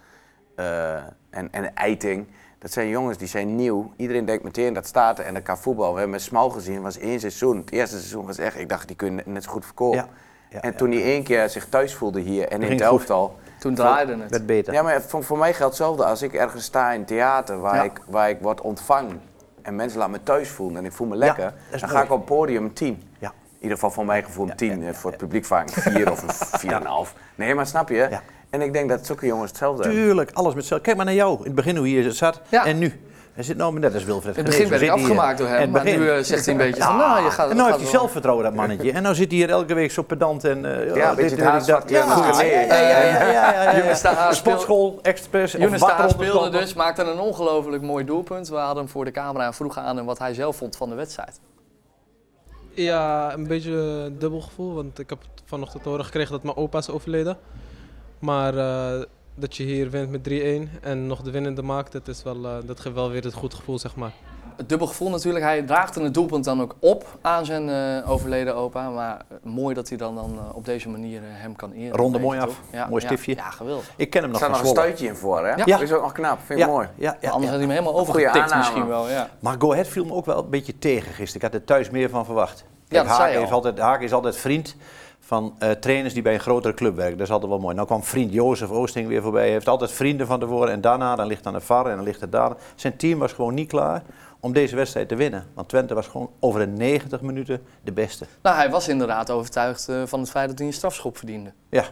B: eh, en, en Eiting, dat zijn jongens die zijn nieuw. Iedereen denkt meteen dat staat er en dat kan voetbal. We hebben met Smal gezien, was één seizoen. Het eerste seizoen was echt, ik dacht, die kunnen net zo goed verkopen.
D: Ja, ja,
B: en
D: ja,
B: toen hij één keer zich thuis voelde hier en in
D: ging
B: het
D: goed.
B: elftal.
A: Toen draaide het.
D: Werd beter.
B: Ja, maar voor, voor mij geldt hetzelfde. Als ik ergens sta in theater waar,
A: Ja.
B: ik, waar ik word ontvangen en mensen laten me thuis voelen en ik voel me lekker,
D: dat is
B: dan
D: mooi.
B: ga ik op het podium 10.
D: Ja.
B: In ieder geval voor mijn gevoel een 10. eh, Voor het publiek vaak een 4 of
D: *laughs*
B: een 4,5. Nee, maar snap je?
D: Ja.
B: En ik denk dat zulke jongens hetzelfde hebben.
D: Tuurlijk, alles met zelf. Kijk maar naar jou. In het begin hoe je zat
A: Ja.
D: en nu. Hij zit nou maar net als Wilfred.
A: In het begin
D: Genees,
A: werd ik
D: hoe zit hij
A: afgemaakt
D: hier?
A: door hem,
D: In het
A: maar
D: begin.
A: nu eh, zegt hij een beetje van, nou, je gaat
D: en nou
A: gaat
D: heeft hij
A: wel.
D: zelfveltrouwen, dat mannetje. En nou zit hij hier elke week zo pedant en... eh,
B: Ja, een
D: oh, dit
B: beetje het
D: wil ik,
B: haasvakje aan het
D: Ja, ja,
B: generen.
D: ja, ja, ja, ja, ja, ja.
A: Jonas Taha speelde-
D: Sportschool, express, of
A: Younes Taha
D: wateronderstand.
A: speelde dus, maakte een ongelooflijk mooi doelpunt. We hadden hem voor de camera en vroegen aan hem wat hij zelf vond van de wedstrijd.
E: Ja, een beetje een dubbel gevoel, want ik heb vanochtend te horen gekregen dat mijn opa is overleden. Maar eh, dat je hier wint met 3-1 en nog de winnende maakt, dat, is wel, eh, dat geeft wel weer het goed gevoel, zeg maar.
A: Het dubbel gevoel natuurlijk. Hij draagde het doelpunt dan ook op aan zijn eh, overleden opa. Maar eh, mooi dat hij dan, dan eh, op deze manier eh, hem kan eren.
D: Ronde
A: Weet je
D: mooi af.
A: toch? Ja,
D: Mooi
A: ja.
D: stiftje.
A: Ja, geweldig.
D: Ik ken hem
B: Er
D: nog
B: staat
D: van
B: nog een
D: Zwolle.
B: stuitje in voor, hè?
A: Ja.
B: Dat is ook nog knap, vind ik
D: ja,
B: mooi.
D: Ja, ja,
A: Anders
D: ja.
A: had hij hem helemaal
B: Goeie
A: overgetikt
B: aanname.
A: misschien wel. Ja.
D: Maar Go Ahead viel me ook wel een beetje tegen gisteren. Ik had er thuis meer van verwacht.
A: dat
D: Kijk,
A: zei je
D: Haak,
A: al.
D: is altijd, Haak is altijd vriend van eh, trainers die bij een grotere club werken. Dat is altijd wel mooi. Nou kwam vriend Jozef Oosting weer voorbij. Hij heeft altijd vrienden van tevoren. En daarna dan ligt aan de VAR en dan ligt het daar. Zijn team was gewoon niet klaar om deze wedstrijd te winnen. Want Twente was gewoon over de 90 minuten de beste.
A: Nou, hij was inderdaad overtuigd eh, van het feit dat hij een strafschop verdiende.
D: Ja,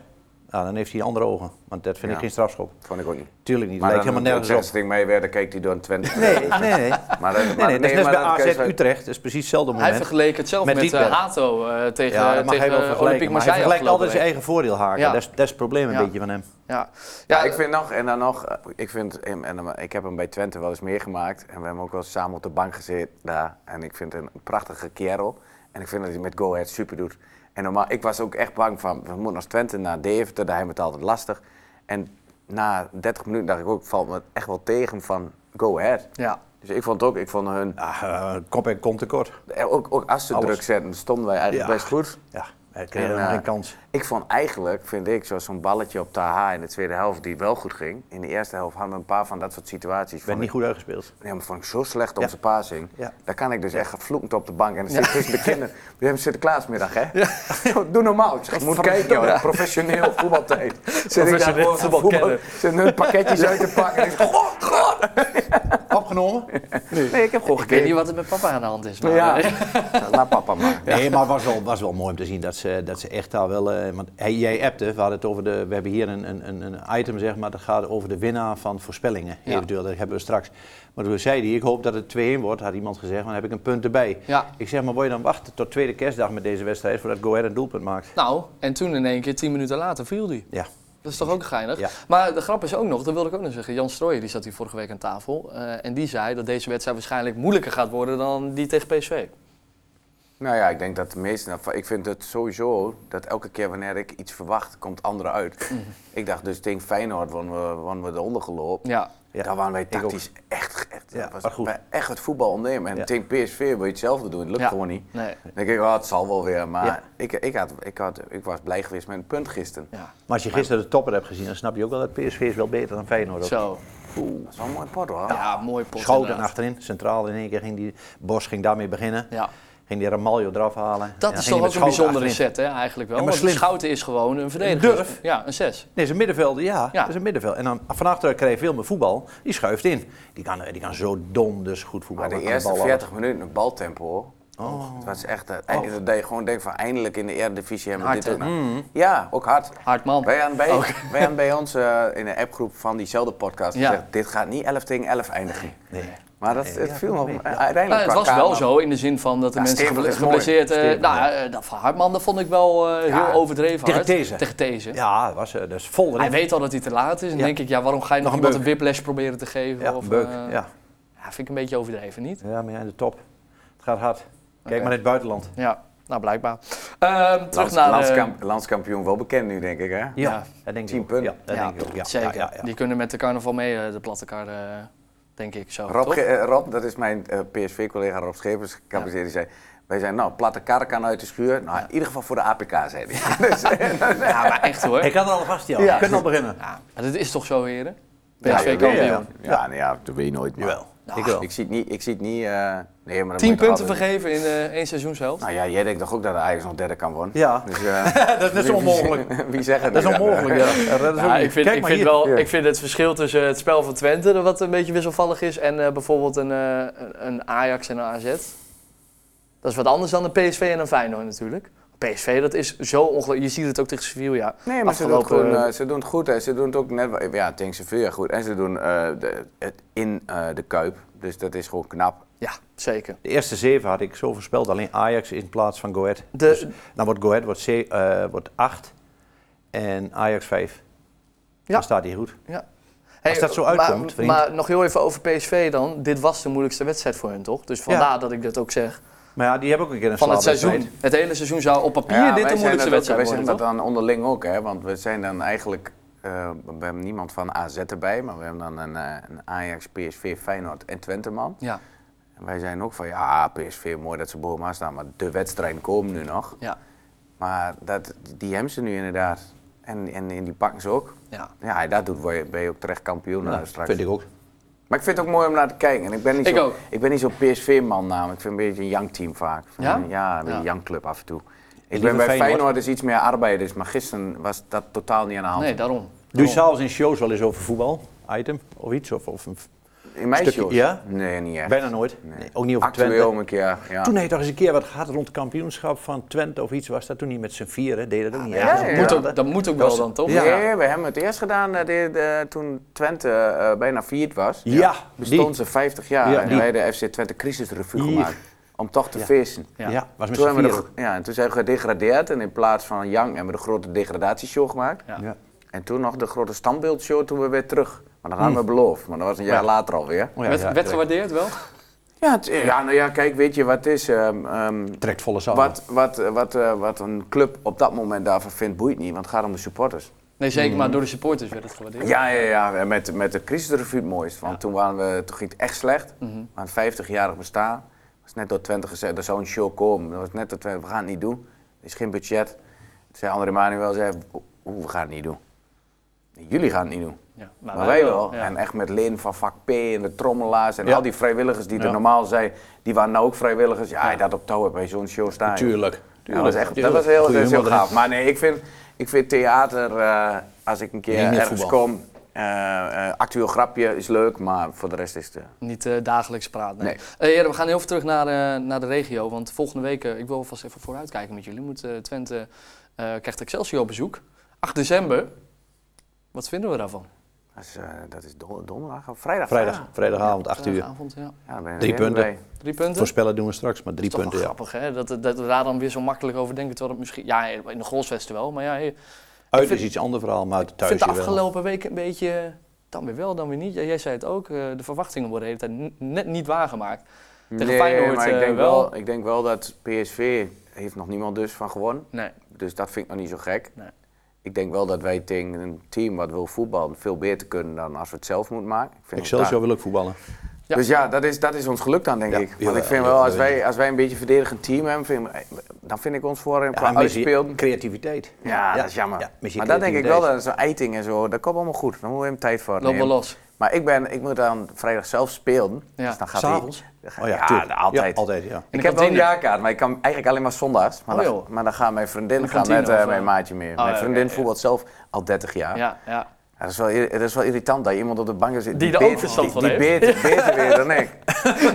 D: nou, dan heeft hij andere ogen. Want dat vind
B: Ja.
D: ik geen strafschop.
B: Vond ik ook niet.
D: Tuurlijk niet.
B: Maar
D: Lijkt
B: dan
D: helemaal
B: toen
D: nergens op.
B: Sexting mee werd, dan keek hij door een Twente.
D: Nee, nee, nee.
B: Maar, dat-
D: Nee,
B: maar-
D: nee, dat
B: nee,
D: is net
B: maar
D: bij
B: dat kun je
D: AZ
B: zo-
D: Utrecht. Dat is precies hetzelfde moment.
A: Hij vergeleek het zelf
D: Met
A: met, eh,
D: Liedberg.
A: Hato eh, tegen,
D: ja, dat mag hij
A: tegen
D: wel
A: eh, Olympique
D: vergelijken. Maar hij
A: Marseille
D: vergelijkt altijd
A: afgelopen
D: zijn eigen voordeel haken.
A: Ja.
D: Dat, is, dat is het probleem een
A: Ja.
D: beetje van hem.
A: week. Ja,
B: Ja,
A: ja,
B: ik vind nog, en dan nog, eh, ik, vind, en, en, dan- ik heb hem bij Twente wel eens meegemaakt. En we hebben ook wel eens samen op de bank gezeten daar. En ik vind hem een prachtige kerel. En ik vind dat hij met Go Ahead super doet. En normaal, ik was ook echt bang van, we moeten als Twente naar Deventer, daar hebben we het altijd lastig. En na 30 minuten dacht ik ook, valt me echt wel tegen van Go Ahead.
A: ja.
B: Dus ik vond ook, ik vond hun, eh,
D: Ah, eh, kop en kont tekort.
B: ook, ook als ze
D: Alles.
B: druk zetten, stonden wij eigenlijk
D: Ja.
B: best goed.
D: Ja, hij kreeg
B: En,
D: helemaal
B: eh,
D: geen kans.
B: Ik vond eigenlijk, vind ik, zoals zo'n balletje op Taha in de tweede helft die wel goed ging. In de eerste helft hadden we een paar van dat soort situaties.
D: Werd
B: Vond
D: niet
B: ik,
D: goed uitgespeeld.
B: nee, maar vond ik zo slecht op
D: Ja.
B: zijn passing.
D: Ja.
B: Daar kan ik dus echt vloekend op de bank. En dan zit ik tussen de kinderen. We hebben Sinterklaasmiddag, hè? Zo, *laughs* Doe normaal. Ik zeg, ik moet kijken, joh. Professioneel voetbaltijd. Zit ik daar
A: Professioneel
B: gewoon
A: voetbalkenner.
B: voetbal- Zit hun pakketjes uit te pakken. En ik zeg, "Oh, god, god.
D: *laughs* Opgenomen?
B: Nee, ik heb gewoon
A: Ik weet niet
B: gekeken.
A: wat er met papa aan de hand is. Maar, eh,
B: Ja. Laat papa maar.
D: Nee, maar het was wel, was wel mooi om te zien dat ze, dat ze echt daar wel... eh, want hij, jij appte, we, hadden het over de, we hebben hier een, een- een, een item, zeg maar, dat gaat over de winnaar van voorspellingen.
A: Ja.
D: Eventueel, dat hebben we straks. Maar toen zei hij, ik hoop dat het 2-1 wordt, had iemand gezegd, maar dan heb ik een punt erbij.
A: Ja.
D: Ik zeg, maar wil je dan wachten tot tweede kerstdag met deze wedstrijd voordat Go Ahead een doelpunt maakt?
A: Nou, en toen in één keer, tien minuten later, viel hij.
D: Ja.
A: Dat is toch ook geinig?
D: Ja.
A: Maar de grap is ook nog, dat wilde ik ook nog zeggen. Jan Strooijen die zat hier vorige week aan tafel. eh, en die zei dat deze wedstrijd waarschijnlijk moeilijker gaat worden dan die tegen PSV.
B: Nou ja, ik denk dat de meesten. Ik vind het sowieso dat elke keer wanneer ik iets verwacht, komt andere uit. Ik dacht dus tegen Feyenoord wonnen we, wonnen we de ondergelopen.
A: Ja,
D: Ja.
B: Daar waren wij
D: ook.
B: tactisch echt, echt,
D: Ja,
B: dat was
D: maar goed.
B: bij- echt het voetbal ondernemen. En
D: Ja.
B: tegen PSV wil je hetzelfde doen, het lukt
A: Ja.
B: gewoon niet.
A: Nee.
B: Dan denk ik, oh, het zal wel weer. Maar
D: Ja.
B: ik, ik, had, ik, had, ik was blij geweest met een punt gisteren.
A: ja.
D: Maar als je gisteren de topper hebt gezien, dan snap je ook wel dat PSV is wel beter dan Feyenoord. ook.
A: Zo.
B: Dat is wel een mooi pot hoor.
A: Ja, mooi pot.
D: Schouten
A: inderdaad.
D: achterin, centraal in één keer ging die Bos ging daarmee beginnen.
A: Ja.
D: Ging die Ramaljo eraf halen.
A: Dat
D: Ja,
A: is toch
D: ging hij
A: ook
D: met
A: een
D: Schouten
A: bijzondere
D: achterin.
A: set, hè, eigenlijk wel.
D: Ja, maar
A: Want
D: slim.
A: Schouten is gewoon een verdediger.
D: durf.
A: Ja, een 6.
D: Nee, zijn middenvelder, ja.
A: Ja.
D: Dat is een middenveld. En dan van achteruit krijg je veel meer voetbal. Die schuift in. Die kan, die kan zo dom dus goed
B: Maar
D: voetballen.
B: de
D: Kan
B: eerste
D: ballen.
B: 40 minuten, het baltempo. Oh. Het was echt, eh, dat je gewoon denkt van eindelijk in de Eredivisie hebben we
A: Hard,
B: dit ook.
A: hè?
B: nog. Ja, ook hard.
A: Hard man.
B: Wij aan bij, wij aan bij ons eh, in de appgroep van diezelfde podcast
A: Ja.
B: gezegd, dit gaat niet 11 tegen 11 eindigen.
D: Nee.
B: Maar dat het viel nog uiteindelijk
A: Nou, het
B: qua
A: was wel
B: kamer.
A: zo in de zin van dat de
B: Ja,
A: mensen
B: Steven
A: geble-
B: is mooi.
A: geblesseerd... eh,
D: Steven,
A: nou,
D: ja.
A: eh, dat van Hartman dat vond ik wel eh, heel
B: Ja,
A: overdreven
D: tegen
A: hard.
D: These.
A: Tegen These.
D: Ja, was, eh, dat is vol erin.
A: Hij weet al dat hij te laat is. En
D: Ja.
A: denk ik, ja, waarom ga je nog,
D: Nog een
A: iemand een
D: beuk.
A: whiplash proberen te geven?
D: Ja,
A: of,
D: een beuk.
A: eh,
D: Ja.
A: ja, vind ik een beetje overdreven, niet?
D: ja, maar ja, in de top. Het gaat hard. Kijk
A: Oké.
D: maar naar het buitenland.
A: Ja, nou blijkbaar. Ehm, terug
B: Lands-
A: naar de-
B: landskamp- landskampioen wel bekend nu, denk ik, hè?
D: eh, Ja,
A: Ja.
D: dat denk ik
B: Tien
D: ook.
B: punten.
D: Ja, dat
A: Ja,
D: denk ik ook. Ja,
A: zeker.
D: Ja, ja, ja.
A: Die kunnen met de carnaval mee, eh, de platte kar, eh, denk ik zo.
B: Rob,
A: toch?
B: Ge- eh, Rob, dat is mijn PSV-collega Rob Schepers, kapitein, die zei... Wij zijn nou, platte kar kan uit de schuur. Nou, in ieder geval voor de APK, zei
D: *laughs*
B: hij. Dus, eh, nou,
A: Ja, maar echt hoor.
D: Ik had er al vast, ja. Je kunt al beginnen.
A: Ja, maar dat is toch zo, heren?
B: ja,
A: PSV
B: je weet-
A: kampioen.
B: Ja, ja, nee, ja, dat weet je nooit, maar...
D: Jawel.
A: Nou,
D: ik wel.
B: Ik zie het niet... Ik zie het niet eh, nee, maar dat
A: Tien
B: moet je toch
A: punten
B: altijd-
A: vergeven in eh één seizoenshelft.
B: Nou ja, jij denkt toch ook dat de Ajax nog derde kan worden?
D: Ja.
B: Dus, eh,
D: *laughs* Dat is net zo
B: wie- wie-
D: onmogelijk.
B: *laughs* Wie zegt het
D: Dat is
B: nu dan, eh?
D: onmogelijk, *laughs* ja. Dat is ook
A: Ja,
D: niet.
A: Nou, ik, vind,
D: Kijk
A: ik,
D: maar
A: vind
D: hier.
A: wel,
B: Ja.
A: ik vind het verschil tussen het spel van Twente, dat wat een beetje wisselvallig is, en eh, bijvoorbeeld een, eh, een- een Ajax en een AZ. Dat is wat anders dan een PSV en een Feyenoord natuurlijk. PSV, dat is zo ongelooflijk. Je ziet het ook tegen Sevilla.
B: Nee, maar ze doen, het
A: Afgelopen-
B: gewoon, eh, ze doen het goed. En ze doen het ook net wel- ja, tegen Sevilla goed. En ze doen eh, de- het in eh, de Kuip. Dus dat is gewoon knap.
A: Ja, zeker.
D: De eerste zeven had ik zo voorspeld, alleen Ajax in plaats van Go Ahead.
A: De-
D: Dus dan wordt Go Ahead wordt ze- eh, wordt acht en Ajax vijf.
A: Ja.
D: Dan staat hij goed.
A: Ja.
D: Als dat zo uitkomt,
A: maar,
D: vriend.
A: maar nog heel even over PSV dan. Dit was de moeilijkste wedstrijd voor hun, toch? Dus vandaar dat ik dat ook zeg.
D: Maar ja, die hebben ook een keer een
A: Van het
D: slaapwedstrijd.
A: seizoen. Het hele seizoen zou op papier
B: Ja,
A: dit
B: wij
A: de
B: zijn
A: moeilijkste
B: dat ook-
A: wedstrijd
B: Wij
A: worden, toch?
B: zeggen dat dan onderling ook, hè, want we zijn dan eigenlijk... eh, we hebben niemand van AZ erbij, maar we hebben dan een, eh, een Ajax, PSV, Feyenoord en Twente man.
A: Ja,
B: En wij zijn ook van, ja, PSV, mooi dat ze bovenaan staan, maar de wedstrijden komen nu nog.
A: ja,
B: Maar dat, die hebben ze nu inderdaad. En, en, en die pakken ze ook.
A: ja.
B: Ja, dat doet, word je- ben je ook terecht kampioen eh,
D: Ja,
B: straks.
D: Nou, vind ik
A: Oh.
D: ook.
B: Maar ik vind het ook mooi om naar te kijken. En ik ben niet
A: Ik
B: zo,
A: ook.
B: Ik ben niet zo'n PSV-man namelijk. Ik vind het een beetje een jankteam vaak. Ik vind
A: Ja?
B: een- Ja, een beetje
A: Ja.
B: jankclub af en toe. Ik
D: liever
B: ben bij
D: Feyenoord.
B: Feyenoord. is iets meer arbeiders, maar gisteren was dat totaal niet aan de hand.
A: Nee, daarom.
D: Doe je
A: Daarom.
D: s'avonds in shows wel eens over voetbal? Item of iets? Of, of een,
B: In mijn
D: Stukje-
B: shows?
D: ja?
B: Nee, niet echt.
D: bijna nooit. Nee, ook niet over
B: Actueel
D: Twente.
B: om een keer, ja.
D: Toen heeft hij toch eens een keer wat gehad rond het kampioenschap van Twente of iets was dat toen niet met z'n vieren. Deden
A: Ah,
D: dat ook niet.
B: ja,
D: ergens.
B: ja,
A: Moet
B: ja.
A: ook, dat moet ook
D: Dat
A: wel
D: is-
A: dan, toch?
D: Ja.
B: Nee, we hebben het eerst gedaan eh, dit, eh, toen Twente eh, bijna failliet was.
D: Ja, die.
B: Bestond ze 50 jaar
D: Ja,
B: en
D: die.
B: wij de FC Twente Crisis Revue
D: Hier.
B: gemaakt. Om toch te feesten.
A: Ja.
D: Ja. was met
B: Toen
D: z'n
B: hebben we
D: vieren.
B: de, ja, en toen zijn we gedegradeerd en in plaats van Yang hebben we de grote degradatieshow gemaakt.
A: Ja.
D: Ja.
B: En toen nog de grote standbeeldshow toen we weer terug. Maar dat hadden we beloofd, maar dat was een jaar later alweer.
D: Oh Hmm. ja,
A: werd,
D: ja,
A: werd
D: trekt,
A: gewaardeerd wel?
B: Ja, het- ja, nou ja, kijk, weet je wat het is? ehm, ehm,
D: trekt volle zaal.
B: wat, wat, eh, wat, eh, wat een club op dat moment daarvan vindt, boeit niet, want het gaat om de supporters.
A: Nee, zeker,
D: Mm.
A: maar door de supporters werd het gewaardeerd.
B: Ja, ja, ja. En met, met de crisisrevue het mooist. Want toen, waren we, toen ging het echt slecht. Maar een 50-jarig bestaan. was net door Twente gezegd, er zou een show komen. Dat was net door Twente, we gaan het niet doen. Er is geen budget. Toen zei André Manuel, zei, "Oeh, we gaan het niet doen. Jullie gaan het niet doen.
A: Ja,
B: Maar, wij wel.
A: ja.
B: En echt met leden van vak P en de trommelaars en
D: Ja.
B: al die vrijwilligers die
D: Ja.
B: er normaal zijn. Die waren nou ook vrijwilligers. Ja, dat op touw hebt bij zo'n show staan. joh.
D: Tuurlijk.
B: Ja, dat was echt dat
D: Tuurlijk.
B: was heel, dat
D: Goeie
B: is heel
D: humor erin.
B: gaaf. Maar nee, ik vind, ik vind theater, eh, als ik een keer
D: Niet meer
B: ergens
D: voetbal.
B: kom, eh, eh, actueel grapje is leuk, maar voor de rest is het... eh,
A: Niet eh, dagelijks praat. Nee.
B: Nee.
A: Eh, heren, we gaan heel even terug naar, eh, naar de regio. Want volgende week, eh, ik wil vast even vooruitkijken met jullie. Moet, eh, Twente eh, krijgt Excelsior op bezoek. 8 december. Wat vinden we daarvan?
B: dat is, eh, dat is don- donderdag of vrijdag?
D: Vrijdag, Ah. vrijdagavond, 8 uur.
A: Vrijdagavond, Eh, ja.
B: Ja, daar ben je
D: Drie
B: helemaal
D: punten.
B: bij.
A: Drie punten.
D: Voorspellen doen we straks, maar drie
A: Toch wel
D: punten. Ja.
A: grappig, hè? Dat, eh, dat we daar dan weer zo makkelijk over denken. Terwijl het misschien... Ja, in de goalsvesten wel. Maar ja, hey, ik
D: Uit
A: vind-
D: is iets ander verhaal, maar thuis
A: vind de
D: hier wel.
A: afgelopen week een beetje... eh, Dan weer wel, dan weer niet. Ja, jij zei het ook. eh, de verwachtingen worden de hele tijd n- net niet waargemaakt. Tegen
B: nee,
A: Feyenoord,
B: maar ik
A: eh,
B: denk,
A: wel.
B: wel, ik denk wel dat PSV heeft nog niemand dus van gewonnen.
A: Nee.
B: Dus dat vind ik nog niet zo gek.
A: Nee.
B: Ik denk wel dat wij tegen een team wat wil voetballen veel beter kunnen dan als we het zelf moeten maken. Ik vind dat daar-
D: Excelsior wil ook voetballen.
A: Ja.
B: Dus ja, dat is, dat is ons geluk dan, denk
D: Ja,
B: ik. Want
D: jawel,
B: ik vind
D: ja,
B: wel, als
D: dat weet
B: wij, als wij een beetje een verdedigend team hebben, vind ik- dan vind ik ons voorin
D: Ja,
B: qua
D: mis je
B: uitspelen.
D: creativiteit.
B: Ja, dat is jammer.
D: ja, mis je
B: maar dat denk ik wel,
D: creativiteit.
B: dat zo'n eiting en zo, dat komt allemaal goed. Dan moeten we hem tijd voor
A: Loop wel
B: nemen.
A: los.
B: Maar ik, ben, ik moet dan vrijdag zelf spelen.
A: Ja.
B: Dus dan gaat
D: S'avonds?
B: hij-
D: Oh ja,
B: ja, nou,
D: tuurlijk.
B: altijd.
D: Ja, altijd, ja.
A: de
B: Ik heb wel een
A: kantine?
B: jaarkaart, maar ik kan eigenlijk alleen maar zondags. Maar,
A: Oh,
B: dan,
A: joh.
B: maar dan gaat mijn vriendin gaan
A: kantine
B: met eh,
A: of, eh?
B: mijn maatje mee.
A: ja,
B: mijn
A: oké,
B: vriendin
A: ja.
B: voetbalt zelf al 30 jaar.
A: Ja, ja.
B: Ja, dat, is wel, ir- dat is wel irritant dat iemand op de bank zit
A: Die er ook verstand
B: die,
A: van
B: die
A: heeft. *laughs*
B: beter, beter weer dan ik.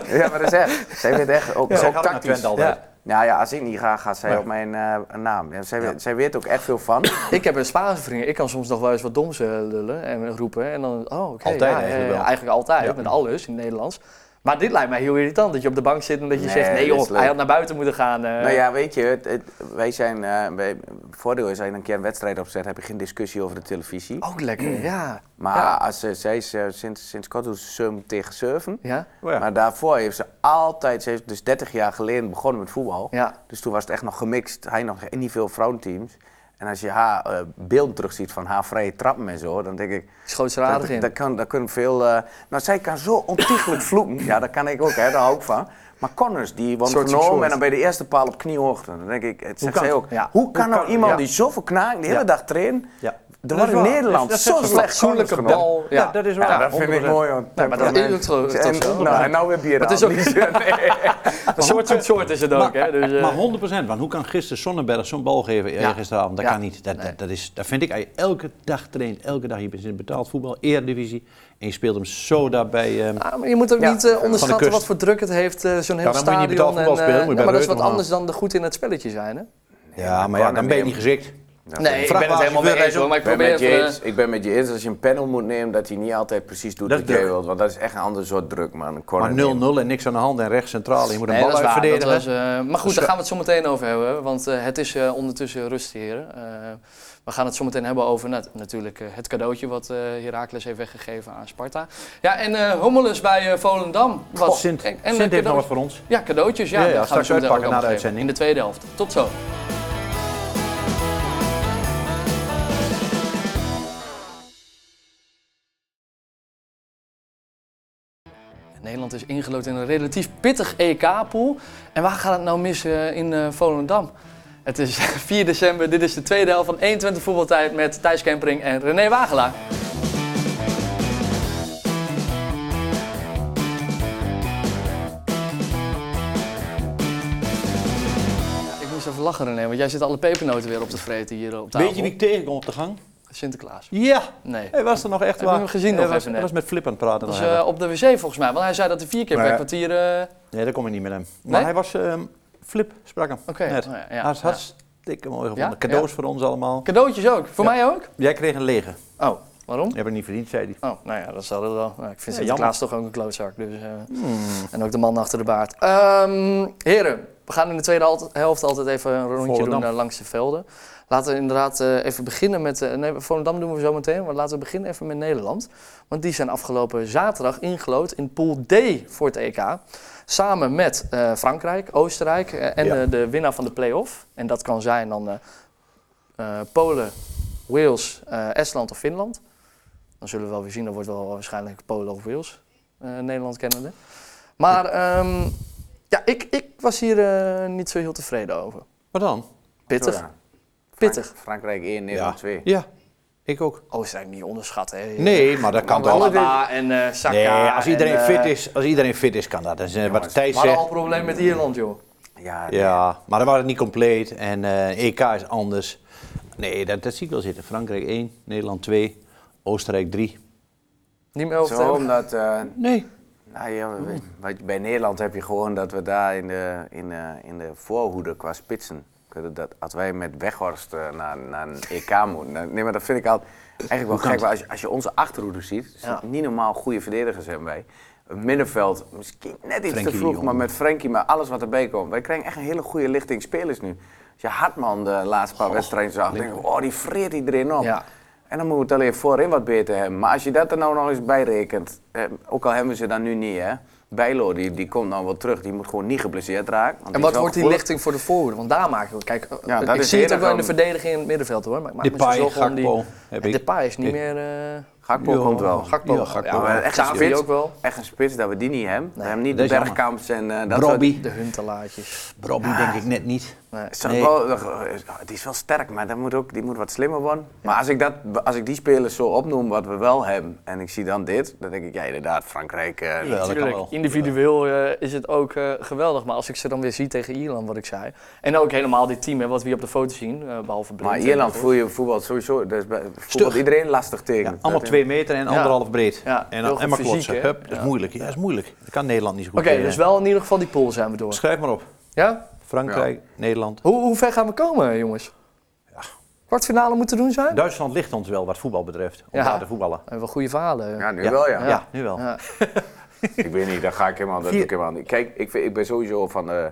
B: Ja, maar dat is echt. Zij weet echt ook,
D: zij
B: ook
D: gaat naar
B: tactisch.
D: Twente altijd.
B: Ja. Nou ja, als ik niet ga, gaat zij
D: Ja.
B: op mijn eh, naam. Ja, zij, weet- zij weet ook echt veel van.
A: Ik heb een Spaanse vriendin. Ik kan soms nog wel eens wat doms eh, lullen en roepen. En dan, oh, oké.
D: Altijd
A: ja,
D: eigenlijk
A: eh,
D: wel.
A: Eigenlijk altijd,
D: Ja.
A: met alles in het Nederlands. Maar dit lijkt mij heel irritant, dat je op de bank zit en dat je
B: Nee,
A: zegt... Nee
B: dat is
A: joh,
B: leuk.
A: hij had naar buiten moeten gaan. eh.
B: nou ja, weet je, het, het- wij zijn, eh wij, voordeel is als je een keer een wedstrijd opzet, heb je geen discussie over de televisie.
A: Ook
D: Mm.
A: lekker, ja.
B: Maar
A: Ja.
B: als, eh, zij is eh, sinds, sinds kort doet ze 7 tegen 7.
A: Ja?
D: Oh ja.
B: Maar daarvoor heeft ze altijd, ze heeft dus 30 jaar geleden begonnen met voetbal.
A: Ja.
B: Dus toen was het echt nog gemixt. Hij nog niet veel vrouwenteams. En als je haar eh, beeld terugziet van haar vrije trappen en zo, dan denk ik.
A: Schoot ze er
B: dat,
A: aardig in.
B: dat kan, dat kunnen veel. eh, nou, zij kan zo ontiegelijk vloeken. Ja, dat kan ik ook, hè, daar hou ik van. Maar Connors, die wordt
A: Soort
B: genomen
A: soort.
B: en dan bij de eerste paal op kniehoogte. Dan denk ik, het zegt
D: kan
B: zij
D: het?
B: ook.
A: Ja.
B: Hoe kan nou iemand
D: ja.
B: die zoveel knaakt, de hele
D: Ja.
B: dag traint?
D: Ja.
B: Er
D: Dat
B: wordt
D: is
B: in
D: waar.
B: Nederland
D: Dat is- dat
B: zo'n
D: is
B: slecht
A: Fatsoenlijke
B: Connors genomen.
A: bal. Ja,
D: dat is
B: Ja,
D: waar.
B: dat vind ik mooi, hoor.
A: Nee, maar dat
B: Temperament.
A: is ook zo-
B: en,
A: toch zo?
B: nou, en nou weer bier
A: Maar het is
B: aan.
A: ook-
B: Nee. *laughs*
A: Een soort soort soort is het ook, hè. Dus, eh,
D: Maar 100%, want hoe kan gisteren Sonnenberg zo'n bal geven eh,
A: Ja.
D: gisteravond? Dat
A: Ja.
D: kan niet. Dat, dat, dat, is, dat vind ik, als je elke dag traint, elke dag, je bent in betaald voetbal, eredivisie, en je speelt hem zo daarbij. ehm
A: Ah, maar je moet ook
B: Ja,
A: niet eh,
B: van de
A: onderschatten
D: kust.
A: wat voor druk het heeft, eh, zo'n heel
D: dan moet je niet
A: stadion.
D: betaald voetbal
A: en, eh,
D: spelen, moet je
A: nee,
D: bij
A: maar dat is
D: Reutemann
A: wat anders dan de goed in het spelletje zijn, hè?
D: ja, Nou, maar ja, dan ben je niet geschikt.
A: Nee, ik ben het helemaal mee eens hoor, maar ik
B: Ik ben, met
A: probeer eh,
B: je
A: even,
B: eens, ik ben met je eens dat als je een panel moet nemen, dat hij niet altijd precies doet
D: Dat
B: wat
D: is
B: jij
D: druk.
B: wilt. Want dat is echt een ander soort druk, man. Een corner
D: Maar 0-0
B: nemen.
D: en niks aan de hand en rechts centraal. Je moet een
A: Nee,
D: bal
A: dat is waar, dat
D: uitverdedigen.
A: was, eh, maar goed, daar
D: Dus we-
A: gaan we het zo meteen over hebben. Want eh, het is eh, ondertussen rust, heren. Eh, we gaan het zo meteen hebben over nat- natuurlijk eh, het cadeautje wat eh Heracles heeft weggegeven aan Sparta. Ja, en eh Hommelus bij eh, Volendam. Wat,
D: God, Oh, Sint,
A: en, en
D: Sint heeft nog
A: cadeautjes.
D: wat voor ons.
A: Ja, cadeautjes. Ja,
D: Ja, ja,
A: dat gaan we
D: straks
A: zo meteen ook
D: uitpakken na de
A: allemaal geven.
D: uitzending.
A: In de tweede helft. Tot zo. Nederland is ingelood in een relatief pittig EK-pool. En waar gaat het nou mis eh, in eh, Volendam? Het is *laughs* 4 december, dit is de tweede helft van 21 voetbaltijd met Thijs Kempering en René Wagelaar. Ik moest even lachen René, want jij zit alle pepernoten weer op te vreten hier op tafel.
D: Weet je wie ik tegenkom op de gang?
A: Sinterklaas.
D: Ja,
A: Nee.
D: hij was er nog echt
A: Heb je
D: waar.
A: hem gezien
D: hij
A: nog
D: was,
A: even
D: hij
A: net?
D: was met Flip aan het praten.
A: Dat
D: nog
A: was
D: even.
A: eh, op de wc volgens mij, want hij zei dat hij vier keer per
D: Maar-
A: kwartier... eh,
D: Nee, daar kom ik niet met hem. Maar
A: Nee?
D: hij was... ehm, Flip sprak hem.
A: Oké,
D: net.
A: oh ja, ja,
D: Hij was
A: ja.
D: hartstikke mooi gevonden.
A: Ja?
D: Cadeaus voor ons allemaal.
A: Cadeautjes ook, voor
D: Ja.
A: mij ook?
D: Jij kreeg een lege.
A: Oh, waarom?
D: Heb ik niet verdiend, zei hij.
A: Oh, nou ja, dat zal het wel. Nou, ik vind
D: Ja,
A: Sinterklaas toch ook een klootzak. Dus, eh,
D: Hmm,
A: En ook de man achter de baard. Ehm, heren, we gaan in de tweede hal- helft altijd even een rondje
D: Volendam.
A: doen eh, langs de velden. Laten we inderdaad eh, even beginnen met... eh nee, Volendam doen we zo meteen, maar laten we beginnen even met Nederland. Want die zijn afgelopen zaterdag ingelood in pool D voor het EK. Samen met eh, Frankrijk, Oostenrijk eh, en
D: Ja.
A: eh, de winnaar van de play-off. En dat kan zijn dan eh, eh, Polen, Wales, eh, Estland of Finland. Dan zullen we wel weer zien, dat wordt wel waarschijnlijk Polen of Wales, eh, Nederland kennende. Maar ehm, ja, ik, ik was hier eh, niet zo heel tevreden over.
D: Wat dan?
A: Pittig.
B: Zo, ja.
A: Pittig.
B: Frankrijk 1, Nederland 2.
D: Ja, ik ook.
A: Oostenrijk niet onderschatten. Hè.
D: Nee, maar dat kan toch.
A: Alaba en eh Saka.
D: Nee, als iedereen,
A: en, eh,
D: fit is, als iedereen fit is, kan dat. Dat is eh, wat
B: Jongens,
D: Thijs
A: We hadden
D: zegt.
A: al een probleem met Ierland, joh.
B: Ja,
D: Ja, maar dan waren het niet compleet. En eh, EK is anders. Nee, dat, dat zie ik wel zitten. Frankrijk 1, Nederland 2, Oostenrijk 3.
A: Niet meer over te
B: Zo
D: nou,
A: hebben.
B: omdat... eh,
D: Nee.
B: nou ja, we- wat je- bij Nederland heb je gewoon dat we daar in de, in de, in de voorhoede qua spitsen... Dat, dat- als wij met Weghorst eh, naar, naar een EK moeten... dan- Nee, maar dat vind ik altijd eigenlijk wel gek. want Als je, als je onze achterhoede ziet, is
A: Ja.
B: niet normaal goede verdedigers hebben wij. Een Middenveld, misschien net iets
D: Frenkie
B: te
D: de
B: vroeg,
D: Jong.
B: maar met Frenkie, maar alles wat erbij komt. Wij krijgen echt een hele goede lichting spelers nu. Als je Hartman de laatste paar wedstrijden zag, denk ik, oh, die vreert iedereen op.
A: Ja.
B: En dan moeten we het alleen voorin wat beter hebben. Maar als je dat er nou nog eens bij rekent, eh, ook al hebben we ze dan nu niet, hè. Bijlo, die, die komt nou wel terug. Die moet gewoon niet geblesseerd raken. want
A: En
B: is
A: wat
B: wel
A: wordt die
B: gevoelig.
A: lichting voor de voorhoede? Want daar maken we... Kijk, eh,
B: Ja, dat
A: ik
B: is
A: zie het ook wel in de
B: eerder
A: verdediging en in het middenveld, hoor. Maar ik maak me
D: Depay,
A: zorgen om
D: Gakpo
A: die...
D: heb
A: En
D: ik.
A: Depay is niet
D: Ik-
A: meer... eh
B: Gakpo
D: Ja.
B: komt wel.
A: Gakpo.
D: Ja, Gakpo.
A: Ja,
B: Maar
A: maar
B: echt een
A: Xavi
B: spits.
A: ook wel.
B: Echt een spits dat we die niet hebben. We hebben niet
D: dat
B: de
D: is jammer.
B: Bergkamps en eh, dat soort...
D: Brobby.
A: De Huntelaatjes.
D: Brobby denk ik net niet.
A: Nee.
B: Zo,
D: Nee.
B: wel, eh, die is wel sterk, maar dat moet ook, die moet wat slimmer worden. Maar als ik, dat, als ik die spelers zo opnoem wat we wel hebben en ik zie dan dit, dan denk ik, ja inderdaad, Frankrijk... eh,
D: Jawel, dat kan
A: Tuurlijk,
D: wel.
A: individueel eh, is het ook eh, geweldig. Maar als ik ze dan weer zie tegen Ierland, wat ik zei. En ook helemaal dit team, hè, wat we hier op de foto zien, eh, behalve Blind.
B: maar
A: en
B: Ierland
A: dat,
B: voel je voetbalt sowieso, dat is bij- voetbalt iedereen lastig tegen.
D: Ja, allemaal
B: Dat-
D: twee meter en anderhalf breed.
A: Ja,
D: en,
A: heel
D: dan,
A: goed
D: en maar
A: fysiek,
D: klotsen.
A: hè?
D: Hup, dat
A: Ja.
D: is moeilijk. Ja, dat is moeilijk. Dat kan Nederland niet zo goed.
A: Oké,
D: tegen.
A: dus wel in ieder geval die pool zijn we door.
D: Schrijf maar op.
A: Ja?
D: Frankrijk, Nederland.
A: Hoe, hoe ver gaan we komen, jongens? Kwartfinale moeten doen zijn?
D: Duitsland ligt ons wel wat voetbal betreft. Om
A: Ja.
D: daar te voetballen.
A: We hebben goede verhalen.
B: Ja, nu wel ja.
D: Ja, nu wel.
A: Ja.
B: Ik weet niet, daar ga ik helemaal, dat
D: Vier-
B: doe ik helemaal niet. Kijk, ik, vind- ik ben sowieso van de,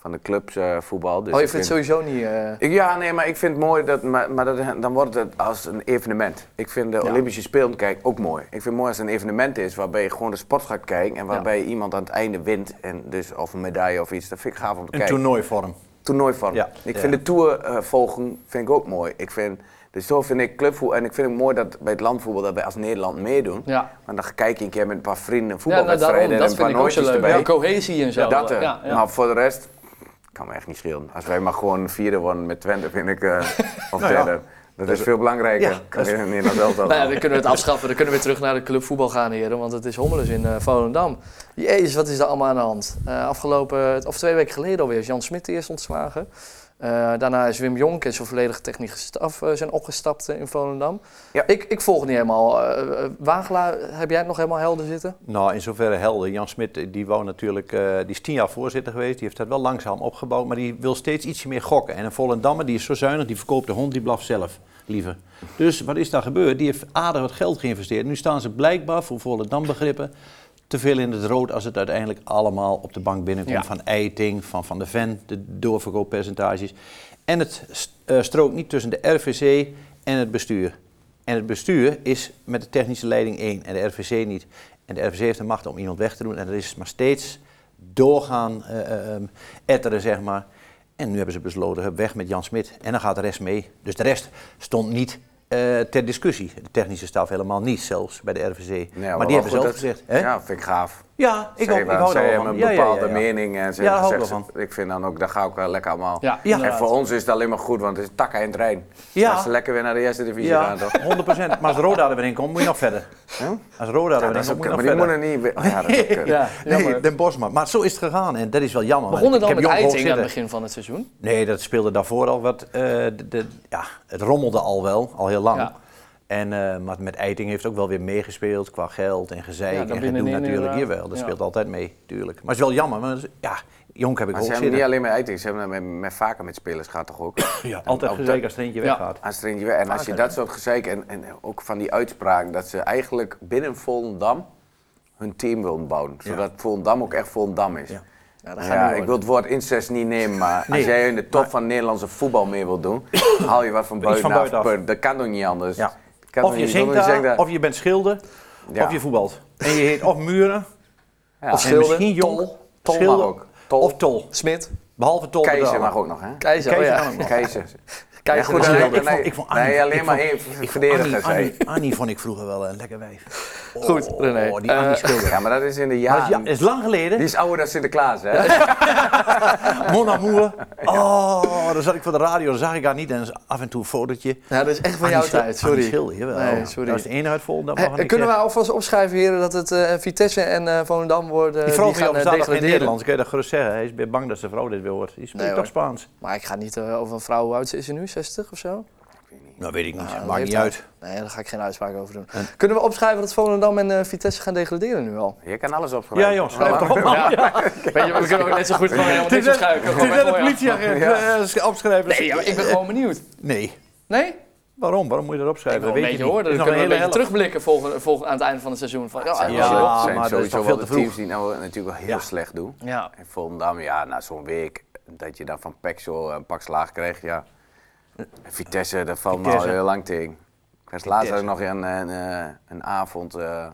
B: van de clubs eh, voetbal. Dus
A: Oh, je
B: ik
A: vindt
B: vind-
A: sowieso niet... eh,
B: Ik- Ja, nee, maar ik vind het mooi, dat, maar, maar dat, dan wordt het als een evenement. Ik vind de Olympische Spelen kijken ook mooi. Ik vind het mooi als het een evenement is waarbij je gewoon de sport gaat kijken en waarbij iemand aan het einde wint. En dus, of een medaille of iets, dat vind ik gaaf om te
D: Een
B: kijken.
D: toernooivorm.
B: Toernooivorm.
D: Ja.
B: Ik
D: Ja.
B: vind de tour eh, volgen vind ik ook mooi. Ik vind, dus zo vind ik clubvoetbal en ik vind het mooi dat bij het landvoetbal dat wij als Nederland meedoen.
A: Ja.
B: Want dan kijk je een keer met een paar vrienden
A: ja, nou, daarom, dat
B: voetbalwedstrijden en een
A: vind
B: paar
A: ik ook zo
B: nootjes
A: leuk.
B: erbij.
A: Ja, cohesie en zo.
B: Ja, dat eh. Nou, er.
A: eh, Ja, ja.
B: Maar voor de rest kan me echt niet schelen. Als wij maar gewoon vierde worden met Twente, vind ik. eh, of
D: Nou ja.
B: derde. Dat is veel belangrijker.
D: Ja,
B: Kan in Nederland wel
A: *laughs*
B: dat.
A: Nou ja, dan kunnen we het afschaffen. Dan kunnen we weer terug naar de club voetbal gaan, heren. Want het is Hommelus in eh, Volendam. Jezus, wat is er allemaal aan de hand? Eh, afgelopen, of twee weken geleden alweer, is Jan Smit eerst ontslagen. Eh, daarna is Wim Jonk en zijn volledige technische staf eh, zijn opgestapt eh, in Volendam.
B: Ja.
A: Ik, ik volg niet helemaal. Eh, eh, Wagelaar, heb jij het nog helemaal helder zitten?
D: Nou, in zoverre helder. Jan Smit eh, die wou natuurlijk, eh, die is tien jaar voorzitter geweest. Die heeft dat wel langzaam opgebouwd, maar die wil steeds ietsje meer gokken. En een Volendammer die is zo zuinig, die verkoopt de hond, die blaft zelf liever. Dus wat is daar gebeurd? Die heeft aardig wat geld geïnvesteerd. Nu staan ze blijkbaar, voor Volendam begrippen, te veel in het rood als het uiteindelijk allemaal op de bank binnenkomt.
A: Ja.
D: Van Eiting, van Van de Ven, de doorverkooppercentages. En het st- eh, strookt niet tussen de RVC en het bestuur. En het bestuur is met de technische leiding één en de RVC niet. En de RVC heeft de macht om iemand weg te doen. En dat is maar steeds doorgaan eh, eh, ehm, etteren, zeg maar. En nu hebben ze besloten, hup, weg met Jan Smit. En dan gaat de rest mee. Dus de rest stond niet eh, ter discussie. De technische staf helemaal niet, zelfs bij de RVC. maar, die hebben zelf gezegd. Hè? Ja,
B: Ja, vind ik gaaf.
D: ik,
B: Zij
D: ook, ik
B: hebben-
D: hou
B: zij
D: daar wel
B: hebben
D: van.
B: een
D: Ja, ja, ja,
B: bepaalde
D: ja.
B: mening en ze
D: Ja, daar hou ik
B: zeggen,
D: wel
B: ik vind dan ook, daar ga ik wel lekker allemaal.
A: Ja,
D: Ja.
B: En
A: inderdaad.
B: voor ons is het alleen maar goed, want het is tak en trein.
D: Ja.
B: Als ze lekker weer naar de eerste divisie
D: Ja,
B: gaan, toch?
D: 100 Maar als Roda er weer in komt, moet je nog verder. Als Roda er weer in
B: Dat is
D: komt,
B: ook,
D: moet je
B: maar
D: nog
B: die
D: verder.
B: moeten niet... weer- Ja, dat
D: *laughs*
B: is ook eh, kut. *laughs*
A: Ja,
D: Nee, Den Bosma. Maar zo is het gegaan en dat is wel jammer.
A: Begon het
D: Ik
A: al
D: heb
A: met
D: Jong hoog
A: Eiting aan het
D: zitten.
A: begin van het seizoen?
D: Nee, dat speelde daarvoor al wat. eh, de, de- ja, het rommelde al wel, al heel lang.
A: Ja.
D: En, eh, maar met Eiting heeft ook wel weer meegespeeld qua geld en gezeik
A: Ja, dan
D: en
A: binnen
D: gedoe
A: één uur,
D: natuurlijk.
A: eh,
D: Jawel, dat
A: ja.
D: speelt altijd mee, tuurlijk. Maar het is wel jammer, want ja, Jonk heb ik
B: Maar ze hebben
D: hoog
B: niet
D: zitten.
B: alleen met Eiting, ze hebben met, met vaker met spelers gaat toch ook.
D: Ja, altijd
B: Ook
D: gezeik
B: Oh, dat-
D: als er eentje
A: Ja.
D: weggaat.
B: Aan Strindje Weg. En als je dat soort gezeik en, en ook van die uitspraak dat ze eigenlijk binnen Volendam hun team willen bouwen. Zodat Volendam ook echt Volendam is. Ja.
A: Ja, dat gaat niet
B: Ja, ik
A: worden.
B: wil het woord incest niet nemen, maar
D: Nee.
B: als jij in de top van Nederlandse voetbal mee wilt
D: *coughs*
B: doen, haal je wat van
D: Iets van
B: buitenaf.
D: buitenaf.
B: Dat kan toch niet anders?
D: Ja.
B: Dat Kan
D: Of
B: toch
D: je
B: niet zonder
D: zingt daar,
B: zegt dat-
D: of je bent schilder,
B: Ja.
D: of je voetbalt. En je heet of Muren,
B: Ja.
A: Of
D: en
A: Schilder,
D: misschien Jonk,
A: Tol,
B: Tol mag
D: Schilder,
B: ook. Tol.
D: of Tol.
A: Smit,
D: Behalve Tol.
B: Keizer
D: betalen.
B: mag ook nog, hè?
A: Keizer,
D: Keizer
A: oh
D: kan
A: ja.
D: ook nog.
B: Keizer. Ja,
A: Keizer.
B: goed,
A: is
B: dan-
A: heel-
D: ik vond- ik vond Annie-
B: nee, alleen
D: ik
B: maar
D: vond-
B: één
D: Ik vond
B: verdediger,
D: Annie,
B: zei
D: Annie,
B: je.
D: Annie vond ik vroeger wel een lekker wijf. Oh,
A: Goed, René.
D: die Annie
A: Eh,
D: Schilder.
B: Ja, maar dat is in de
D: Maar ja,
B: jaren.
D: dat is lang geleden.
B: Die is ouder dan Sinterklaas, hè?
D: Mon
A: *laughs*
D: amour. Oh, dan zat ik voor de radio, dan zag ik haar niet. En af en toe een fotootje.
A: Ja, dat is echt van
D: Annie
A: jouw
D: Schil-
A: tijd,
D: Annie
A: sorry.
D: Schilder, jawel.
A: Nee, sorry.
D: Dat is de ene uit Volendam.
A: Hey,
D: waarvan ik
A: Eh, kunnen we
D: zeg-
A: alvast opschrijven, heren, dat het eh, Vitesse en eh, Volendam worden
D: Die vrouw van jou
A: eh,
D: verstaat toch geen
A: degraderen?
D: Nederlands? Kun je dat gerust zeggen? Hij is weer bang dat zijn vrouw dit weer hoort. Die spreekt
A: Nee,
D: toch
A: hoor.
D: Spaans?
A: Maar ik ga niet eh, over een vrouw, hoe oud ze is ze nu? 60 of zo?
D: Nou, weet ik niet.
A: Ah,
D: Maakt niet
A: leeftijd.
D: uit.
A: Nee, daar ga ik geen uitspraak over doen. Kunnen we opschrijven dat Volendam en eh, Vitesse gaan degraderen nu al?
B: Je kan alles opschrijven.
D: Ja, jongens, schrijf
A: *laughs*
D: toch op.
A: Ja. Weet je, we kunnen ook net zo goed gewoon helemaal
D: Het
A: niks
D: is net-
A: opschrijven.
D: het is
A: Gewoon
D: net een
A: mooi af.
D: politieagent eh, opschrijven.
A: Nee, ja, maar ik ben gewoon benieuwd.
D: Nee.
A: Nee?
D: Waarom? Waarom moet je dat
A: Ik
D: opschrijven?
A: wil
D: Weet
A: een beetje
D: je niet.
A: horen. Dan
D: Is nog
A: kunnen we een
D: hele
A: beetje
D: helft.
A: terugblikken volgen, volgen aan het einde van het seizoen. Van, ja,
B: Ja,
D: Ja,
B: dat
D: maar
B: zijn
D: dat is
B: sowieso
D: toch
B: wel
D: veel te
B: de teams die nou natuurlijk wel heel
D: Ja.
B: slecht doen.
A: Ja.
B: En Volendam, ja, na zo'n week dat je dan van Pexel een pak slaag krijgt, ja. En Vitesse, dat valt me al
D: Vitesse.
B: heel lang tegen. Ik was laatst had ik
D: Vitesse.
B: nog een, een, eh, een avond eh,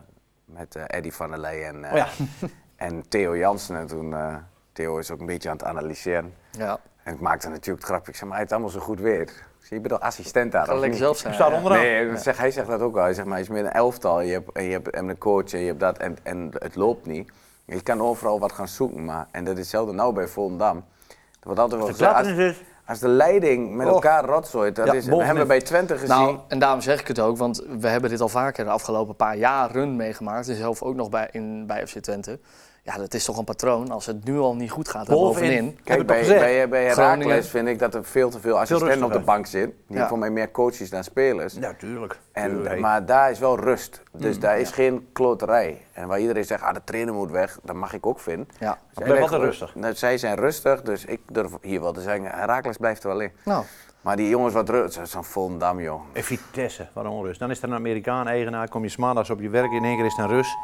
B: met eh Eddy van der Leyen en, eh,
D: Oh ja.
B: *laughs* en Theo Jansen. En toen, eh, Theo is ook een beetje aan het analyseren.
A: Ja,
B: En ik maakte natuurlijk het grapje, ik zeg maar, hij heeft allemaal zo goed weer. Dus je bent al assistent daar,
A: kan
B: of
A: lekker
B: niet?
A: zelf zijn.
D: Staat
A: ja.
D: onderaan.
B: Nee, dat zeg, hij zegt dat ook wel. Hij zegt, maar je is meer een elftal. Je hebt, en je hebt en een coach en je hebt dat en, en het loopt niet. Je kan overal wat gaan zoeken. Maar, en dat is hetzelfde nou bij Volendam. Er wordt altijd wel
D: Als de
B: gezegd,
D: klappen
B: als,
D: is het-
B: als de leiding met
D: Oh.
B: elkaar rotzooit, dat
D: Ja,
B: is, we
D: bovenin.
B: hebben we bij Twente gezien.
A: Nou, en daarom zeg ik het ook, want we hebben dit al vaker de afgelopen paar jaren meegemaakt. En zelf ook nog bij, in, bij FC Twente. Ja, dat is toch een patroon. Als het nu al niet goed gaat, dan
D: Bovenin.
A: bovenin.
D: heb
B: Kijk,
D: ik toch
B: bij,
D: gezegd.
B: bij, bij
A: Groningen.
B: Heracles vind ik dat er veel te veel assistenten op
D: rustiger.
B: de bank zit. Die
A: Ja.
B: voor mij meer coaches dan spelers.
D: Ja, tuurlijk. Tuurlijk,
B: En,
D: hey. Mm,
B: maar daar is wel rust. Dus daar is geen kloterij. En waar iedereen zegt, ah, de trainer moet weg, dat mag ik ook vinden.
A: Ja.
B: Zij
D: Ik ben wel
B: zeggen,
D: te rustig.
B: nou, zij zijn rustig, dus ik durf hier wel te zeggen, Herakles blijft er wel in.
A: Nou,
B: Maar die jongens wat rustig, zo'n Volendam, joh.
D: En eh, Vitesse, wat een onrust. Dan is er een Amerikaan-eigenaar, kom je 's maandags op je werk, in één keer is er een Rus.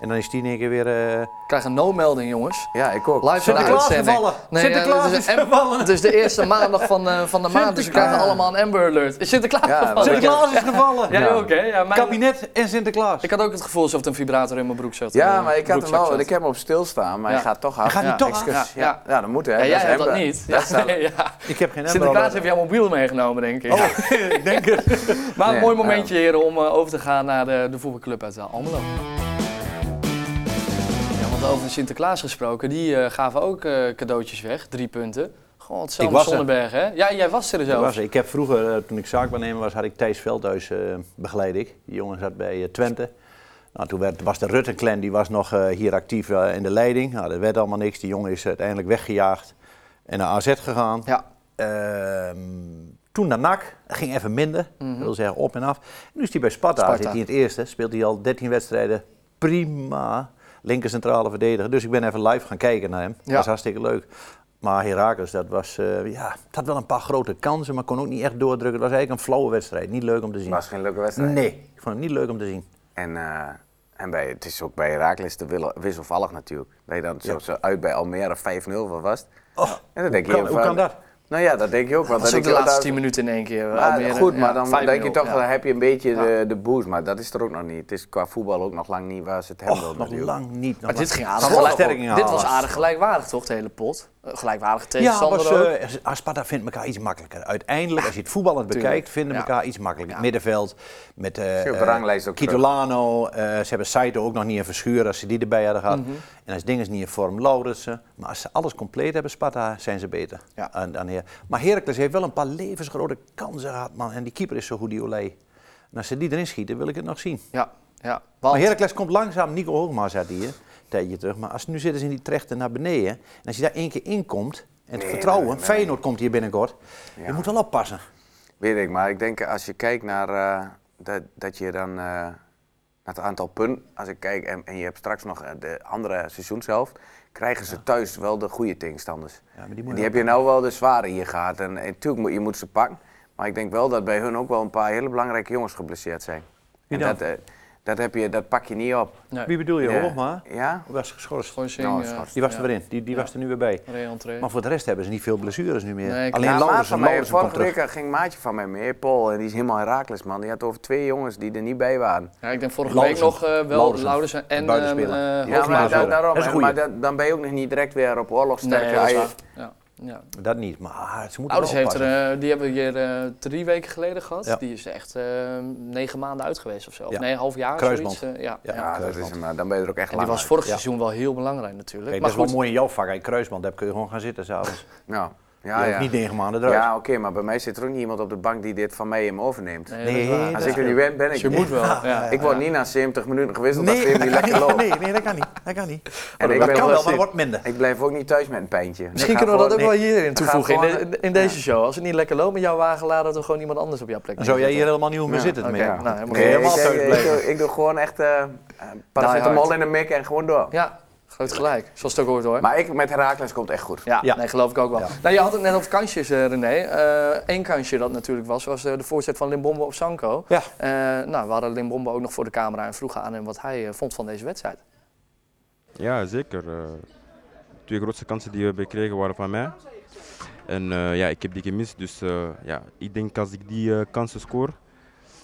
D: En dan is die in één keer weer... eh,
A: ik krijg een no-melding, jongens.
B: Ja, ik ook.
A: Live van de
D: Sinterklaas
A: uitzending.
D: gevallen.
A: ja,
D: Sinterklaas
A: het
D: is
A: een am-
D: gevallen.
A: Het is de eerste maandag van, eh, van de maand, dus we krijgen allemaal een Amber Alert. Is Sinterklaas
B: Ja,
A: gevallen?
B: wat ik-
D: Sinterklaas is gevallen!
A: Jij ook, hè? Ja, mijn-
D: Kabinet en Sinterklaas.
A: Ik had ook het gevoel alsof er een vibrator in mijn broek zat.
B: Ja,
A: eh,
B: maar ik, had hem
A: broekzak
B: wel,
A: zat.
B: ik heb hem op stilstaan, maar
A: Ja.
B: hij gaat toch af.
D: Hij gaat
A: Ja,
D: nu toch aan.
A: excuus.
B: Ja, ja. ja, dat moet hè.
A: Ja,
B: is
A: jij hebt dat
B: Ember.
A: niet.
B: Dat
A: Ja,
B: is
A: *laughs*
B: dan-
A: nee, ja.
D: Ik heb geen
A: Sinterklaas
D: Amber
A: heeft jouw mobiel meegenomen, denk ik. *laughs*
D: Alert. Ik denk het.
A: Maar een
B: Nee,
D: nou.
A: mooi momentje, heren, om eh, over te gaan naar de, de voetbalclub uit eh, Almelo. Ja, want over Sinterklaas gesproken, die eh, gaven ook eh, cadeautjes weg. Drie punten. Gewoon
D: Ik
A: hetzelfde
D: was er.
A: Zonneberg, hè? Ja, jij was er dus
D: Dat
A: zelf.
D: was- Ik heb vroeger, eh, toen ik zaakwaarnemer was, had ik Thijs Veldhuis eh, begeleid ik. Die jongen zat bij eh, Twente. Nou, toen werd, was de Rutten-clan, die was nog eh, hier actief eh, in de leiding. Nou, dat werd allemaal niks. Die jongen is uiteindelijk weggejaagd en naar AZ gegaan.
A: Ja.
D: Ehm, toen naar NAC, ging even minder.
A: Mhm.
D: Dat wil zeggen op en af. Nu is hij bij Sparta,
A: Sparta.
D: zit hij in het eerste. Speelt hij al 13 wedstrijden. Prima. Linker centrale verdediger. Dus ik ben even live gaan kijken naar hem.
A: Ja.
D: Dat was hartstikke leuk. Maar Herakles, dat was, eh, ja, het had wel een paar grote kansen, maar kon ook niet echt doordrukken. Het was eigenlijk een flauwe wedstrijd. Niet leuk om te zien.
B: was geen leuke wedstrijd.
D: Nee, ik vond het niet leuk om te zien.
B: En, eh, en bij, het is ook bij Herakles te wille- wisselvallig natuurlijk. Dat je dan zoals eh, uit bij Almere 5-0 van was.
D: Oh,
B: En dan denk
D: hoe
B: je
D: kan- hoe
B: van-
D: kan dat?
B: Nou ja, dat denk je ook. Want
A: Dat was
B: dan
A: ook
B: denk
A: de
B: je,
A: laatste
B: dat-
A: 10 minuten in één keer. eh,
B: Maar
A: Almere,
B: goed, maar
A: ja,
B: dan
A: 5-0,
B: denk je toch,
A: ja.
B: dan heb je een beetje de, de boost. Maar dat is er ook nog niet. Het is qua voetbal ook nog lang niet waar ze het hebben.
D: Och,
B: wilden
D: nog
B: natuurlijk.
D: lang niet. nog
A: Maar dit
D: lang-
A: ging
D: Zal
A: aardig
D: wel
A: gelijk.
D: versterkingen
A: Dit
D: halen.
A: was aardig gelijkwaardig, toch? De hele pot. Eh, Gelijkwaardige
D: Ja,
A: tegenstander
D: was,
A: ook.
D: eh Sparta vindt elkaar iets makkelijker. Uiteindelijk, als je het voetballend
A: Tuurlijk,
D: bekijkt, vinden
A: ja.
D: elkaar iets makkelijker.
A: Ja.
D: Middenveld, met eh
B: je op de
D: eh,
B: ranglijst ook terug.
D: Kitolano. eh, ze hebben Saito ook nog niet in verschuur als ze die erbij hadden
A: Mhm.
D: gehad. En als Dinges niet in vorm, Laurensen. Maar als ze alles compleet hebben, Sparta, zijn ze beter.
A: Ja.
D: Aan, aan Her- maar Heracles heeft wel een paar levensgrote kansen gehad, man. En die keeper is zo goed, die Olij. En als ze die erin schieten, wil ik het nog zien.
A: Ja, ja.
D: Maar
A: Want,
D: Heracles komt langzaam, Nico Hoogma zat hier, een tijdje terug. Maar als, nu zitten ze in die trechten naar beneden. En als je daar één keer inkomt, en het
B: Nee,
D: vertrouwen,
B: nee, nee.
D: Feyenoord komt hier binnenkort. Je moet wel oppassen.
B: Weet ik, maar ik denk als je kijkt naar eh, dat, dat je dan eh, naar het aantal punten, als ik kijk en, en je hebt straks nog eh, de andere seizoenshelft, krijgen ze thuis wel de goede tegenstanders.
D: Ja, maar die moet je
B: En
D: wel
B: die heb je nou wel de zware hier gehad. En en natuurlijk moet je moet ze pakken, maar ik denk wel dat bij hun ook wel een paar hele belangrijke jongens geblesseerd zijn.
D: Wie
B: En
D: dan?
B: dat, eh, dat, heb je, dat pak je niet op.
A: nee,
D: Wie bedoel je,
B: Ja.
D: Hoogma?
B: Ja?
D: Was geschorst.
A: gewoon zingen,
B: Nou,
A: eh,
B: schorst.
D: Die was
A: ja.
D: er weer in, die, die was er nu weer bij.
A: Re-entree.
D: Maar voor de rest hebben ze niet veel blessures nu meer.
A: Nee, ik-
D: Alleen
B: Ja, een maat
D: Laurensen,
B: van mij,
D: Laurensen komt
B: vorige
D: terug.
B: week eh, ging een maatje van mij mee, Paul, en die is helemaal Herakles man. Die had over twee jongens die er niet bij waren.
A: Ja, ik denk vorige
D: Lauwersen.
A: week nog eh, wel
D: Lauwersen.
A: Laudersen en ehm
D: Buitenspeler.
A: eh
D: Ja,
B: Ja,
A: Hoogma.
B: maar, da-
D: Hoogmaat.
B: daarom,
D: Dat is een
B: en- maar
D: goeie.
B: dat- dan ben je ook nog niet direct weer op oorlogsterkte.
A: Nee, dat is
B: Ja,
A: waar.
B: je-
A: Ja, ja.
D: Dat niet, maar ze moeten
A: Ouders
D: wel
A: heeft er,
D: oppassen.
A: eh, die hebben we hier eh, drie weken geleden gehad.
D: Ja.
A: Die is echt eh, negen maanden uit geweest of zo.
D: Ja.
A: Nee, een half jaar.
D: Kruisband.
A: Zoiets, eh, ja.
D: Ja.
A: Ja.
B: Ja, dat is,
D: Kruisband.
B: maar dan ben je er ook echt
A: En die
B: lang
A: was
B: uit.
A: vorig
D: Ja.
A: seizoen wel heel belangrijk natuurlijk.
D: Kijk,
A: maar
D: dat is wel
A: goed,
D: mooi in jouw vak. Kijk, Kruisman, daar kun je gewoon gaan zitten s'avonds.
B: Nou, ja,
D: Ja,
B: ja.
D: Niet negen maanden eruit.
B: Ja, oké, maar bij mij zit er ook niet iemand op de bank die dit van mij hem overneemt.
A: Nee,
D: Nee,
A: dat is waar.
D: dat
B: Als
D: is
B: ik er niet ben, ben
A: Dus
B: ik
A: je
B: niet.
A: moet wel. Ja.
B: Ik word niet na 70 minuten gewisseld als
D: *laughs* Nee,
B: Wim
A: *laughs*
B: die
D: dat
B: lekker
D: kan niet.
B: loopt.
D: Nee, nee, dat kan niet. Dat kan niet. Oh,
B: En ik
D: dat
B: ben wel
D: kan wel, maar
B: zin.
D: dat wordt minder.
B: Ik blijf ook niet thuis met een pijntje.
A: Misschien
B: Ik ga
A: kunnen we dat ook
B: gewoon-
A: wel hierin
B: we gaan
A: toevoegen. in,
B: gewoon-
A: de- in deze show. Als het niet lekker loopt met jouw wagen, laat dat we gewoon iemand anders op jouw plek
D: Dan zou jij hier
A: neerzetten.
D: helemaal niet meer
B: Ja,
D: zitten.
A: oké.
D: meer.
A: Nou, helemaal
D: Dan kun
B: Nee,
D: je
B: ik,
D: helemaal
B: ik,
D: thuis
B: ik,
D: blijven.
B: doe, ik doe gewoon echt eh, eh, paracetamol
A: hard.
B: in de mik en gewoon door.
A: Ja, groot gelijk. Zoals het ook hoort hoor.
B: Maar ik met Herakles komt echt goed.
A: Ja,
D: Ja.
A: Nee, geloof ik ook wel.
D: Ja.
A: Nou, je had het net over kansjes, eh, René. Eén kansje dat natuurlijk was, was eh, de voorzet van Limbombe op Sanko.
D: Ja.
A: Eh, nou, we hadden Limbombe ook nog voor de camera en vroegen aan hem wat hij eh, vond van deze wedstrijd.
F: Ja, zeker. Eh, twee grootste kansen die we hebben gekregen waren van mij. En eh, ja, ik heb die gemist. Dus eh, ja, ik denk als ik die eh, kansen scoor,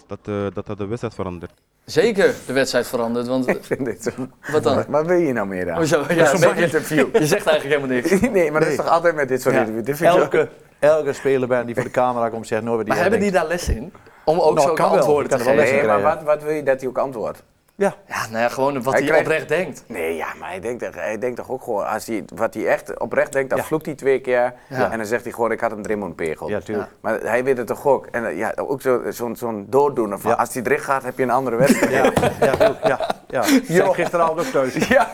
F: dat, eh, dat dat de wedstrijd verandert.
A: Zeker de wedstrijd veranderd, want eh,
B: *laughs* Ik vind dit zo-
A: wat
D: *laughs*
A: dan?
B: Wat wil je nou meer dan?
A: Hoezo? Ja,
B: zo'n
A: zeker.
B: interview.
A: Je zegt eigenlijk helemaal
D: *laughs*
A: niks.
B: *laughs* Nee, maar dat is toch altijd met dit soort
A: Ja.
B: interviews. Dit vind ik zo-
D: Elke, elke speler bij die voor de camera komt zegt nooit
A: Maar
D: die
A: hebben die
D: denkt.
A: daar les in? Om ook
D: Nou,
A: zo
D: kan wel.
A: antwoorden
D: Kan
A: te
D: er wel
A: geven?
D: les
B: Nee, maar
D: krijgen.
B: wat, wat wil je dat hij ook antwoordt?
A: Ja, nou ja, gewoon wat
B: Hij
A: hij,
B: krijgt-
A: oprecht denkt.
B: Nee, ja, maar hij denkt, toch- hij denkt toch ook gewoon, als hij, wat hij echt oprecht denkt, dan
D: Ja.
B: vloekt hij twee keer.
A: Ja.
B: En dan zegt hij gewoon, ik had hem erin moeten pegelen.
D: Ja, tuurlijk.
B: Maar hij weet het toch ook. En eh, ja, ook zo- zo'n zo'n dooddoener van,
D: Ja.
B: als hij erin gaat, heb je een andere wedstrijd.
D: Ja, ja, tuurlijk, ja, *laughs* ja. Zijn gisteravond ook thuis. *laughs* Ja.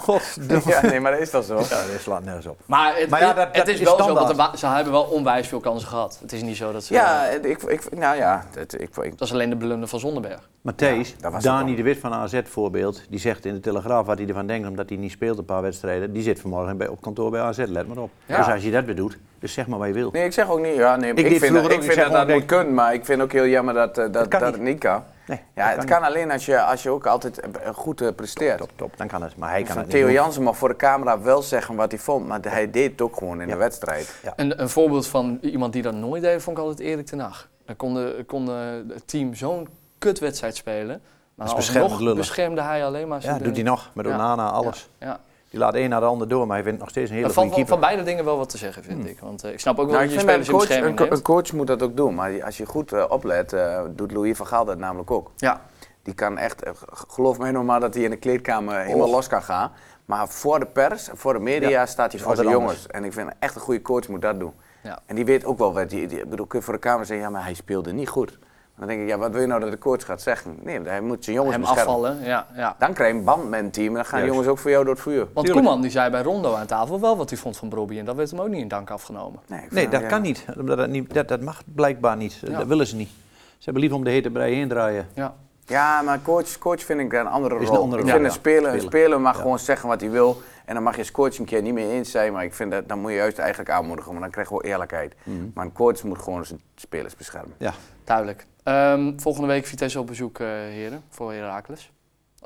D: God, de...
B: *laughs* ja, nee, maar dat is toch zo.
D: ja, dat slaat nergens op.
A: Maar het,
D: Maar ja, dat-
A: het
D: dat
A: is
D: is
A: wel zo,
D: standaard.
A: want er wa- ze hebben wel onwijs veel kansen gehad. Het is niet zo dat ze...
B: Ja, en ik, ik, nou ja, het, ik, ik,
A: Dat is alleen de blunder van Zonderberg.
D: Matthijs,
B: dat was het
D: Dani
B: dan.
D: de Wit van AZ voorbeeld, die zegt in de Telegraaf wat hij ervan denkt omdat hij niet speelt een paar wedstrijden. Die zit vanmorgen bij, op kantoor bij AZ, let maar op.
B: Ja.
D: Dus als je dat weer doet, dus zeg maar wat je wil.
B: nee, ik zeg ook niet, ja, nee, ik,
D: deed
B: vind
D: vroeger
B: dat, ik
D: ook, ik
B: vind
D: zeg
B: dat, dat
D: gewoon,
B: moet kunnen, maar ik vind ook heel jammer dat, eh, dat,
D: kan
B: dat
D: niet.
B: het niet kan.
D: Nee,
B: ja,
D: dat
B: het
D: kan
B: kan alleen als je, als je ook altijd eh, goed eh, presteert.
D: Top, top, dan kan het. Maar hij kan het niet
B: Theo
D: doen.
B: Jansen mag voor de camera wel zeggen wat hij vond, maar hij deed het ook gewoon in de wedstrijd.
A: Een, een voorbeeld van iemand die dat nooit deed, vond ik altijd Erik ten Hag. Dan kon, de- kon de- het team zo'n kutwedstrijd spelen. Maar
D: is
A: alsnog
D: beschermend lullig.
A: beschermde hij alleen maar zijn
D: Ja, doet hij
A: ding.
D: nog, met
A: Ja.
D: Onana, alles.
A: Ja, ja.
D: Die laat de een naar de ander door, maar hij vindt nog steeds een hele
A: Er valt
D: goede
A: van,
D: keeper. Hmm.
A: van beide dingen wel wat te zeggen, vind ik. Want eh, ik snap ook wel
B: Nou, ik
A: dat je
B: vind dat
A: spelers
B: een
A: in bescherming
B: coach, een, co-
A: neemt.
B: een coach moet dat ook doen, maar als je goed eh, oplet, eh, doet Louis van Gaal dat namelijk ook.
A: Ja,
B: Die kan echt, eh, g- geloof mij nog maar dat hij in de kleedkamer helemaal los kan gaan. Maar voor de pers, voor de media
D: Ja,
B: staat hij
D: is
B: voor de
D: altijd
B: jongens. En ik vind echt een goede coach moet dat doen.
A: Ja.
B: En die weet ook wel wat. Die, die, ik bedoel, kun je voor de camera zeggen, ja, maar hij speelde niet goed. Dan denk ik, ja, wat wil je nou dat de coach gaat zeggen? Nee, hij moet zijn jongens
A: Hem
B: beschermen.
A: afvallen, ja. ja.
B: Dan krijg je een band met een team en dan gaan de
F: Juist.
B: jongens ook voor jou door het vuur.
A: Want Koeman die zei bij Rondo aan tafel wel wat hij vond van Brobbey en dat werd hem ook niet in dank afgenomen.
B: Nee, ik
D: Nee,
B: vind-
D: dat
B: ja.
D: kan niet. Dat, dat, niet- dat, dat mag blijkbaar niet.
A: Ja.
D: Dat willen ze niet. Ze hebben liever om de hete brei heen draaien.
A: Ja.
B: Ja, maar coach, coach vind ik een andere
D: Is een
B: rol.
D: andere
B: ik
D: rol,
B: vind
D: ja.
B: een speler, een
D: Speler.
B: speler mag
D: Ja.
B: gewoon zeggen wat hij wil. En dan mag je als coach een keer niet mee eens zijn. Maar ik vind dat, dan moet je juist eigenlijk aanmoedigen. Want dan krijg je wel eerlijkheid.
D: Mhm.
B: Maar een coach moet gewoon zijn spelers beschermen.
D: Ja.
A: Duidelijk. Ehm, volgende week Vitesse op bezoek, eh, heren, voor Heracles.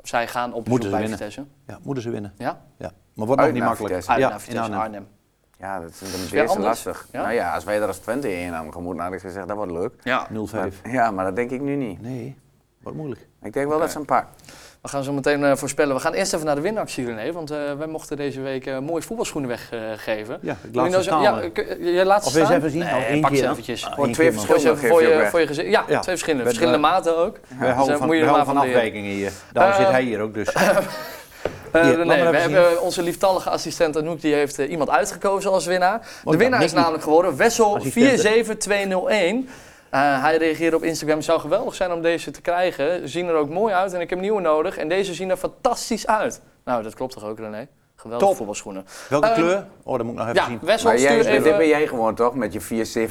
A: Of zij gaan op bezoek
D: Moeten ze
A: bij
D: winnen.
A: Vitesse.
D: ja, moeten ze winnen.
A: Ja?
D: Ja. Maar wordt ook
B: Uit
D: niet
B: naar
D: makkelijk.
B: Vitesse.
A: Uit
D: ja, nou,
A: naar Vitesse,
D: in
A: Arnhem.
D: Arnhem.
B: Ja, dat is dan
A: weer
B: weer
A: anders?
B: lastig.
A: Ja?
B: Nou ja, als wij er als Twente in aan gaan moeten, had ik gezegd, dat wordt leuk.
A: Ja.
D: 0-5.
B: Maar- ja, maar dat denk ik nu niet.
D: Nee, wordt moeilijk.
B: Ik denk wel dat ze een
D: Ah,
B: paar...
A: We gaan zo meteen eh, voorspellen. We gaan eerst even naar de winactie, René. Want eh, wij mochten deze week eh, mooie voetbalschoenen weggeven.
D: Ja, ik
A: Wil
D: laat
A: je
D: ze
A: nou
D: staan.
A: zo- ja, kun- je- je laat ze
D: Of wil je ze
A: staan?
D: even zien?
A: Nee,
D: Nou, één
A: pak ze
D: keer.
A: eventjes.
D: Ah,
A: Gooi
B: Voor
D: Eén
B: twee
D: keer, man.
A: ze even
B: verschillende
A: voor
B: geef je
A: je,
B: weg.
A: voor je gezicht. Ja,
D: Ja.
A: twee verschillende.
D: Met,
A: verschillende
D: eh,
A: maten ook.
D: Wij houden
A: Dus,
D: van,
A: moet je
D: wij
A: er
D: houden
A: maar
D: van
A: van leren.
D: afwijkingen hier. Daarom
A: Eh,
D: zit hij hier ook dus.
A: Eh,
D: Hier, laat
A: nee,
D: maar
A: we
D: even zien.
A: hebben onze lieftallige assistent Anouk, die heeft eh, iemand uitgekozen als
B: Oh,
A: winnaar. de winnaar
D: Nicky.
A: is namelijk geworden Wessel
D: Assistente.
A: 47201. Eh, hij reageerde op Instagram, het zou geweldig zijn om deze te krijgen. Ze zien er ook mooi uit en ik heb nieuwe nodig. En deze zien er fantastisch uit. Nou, dat klopt toch ook, René? Geweldige
D: Top.
A: voetbalschoenen.
D: Welke
A: eh,
D: kleur? Oh, dat moet ik nog even
A: Ja,
D: zien.
A: Wessel,
B: Maar jij,
A: stuur
B: dit ben
A: even...
B: jij gewoon toch, met je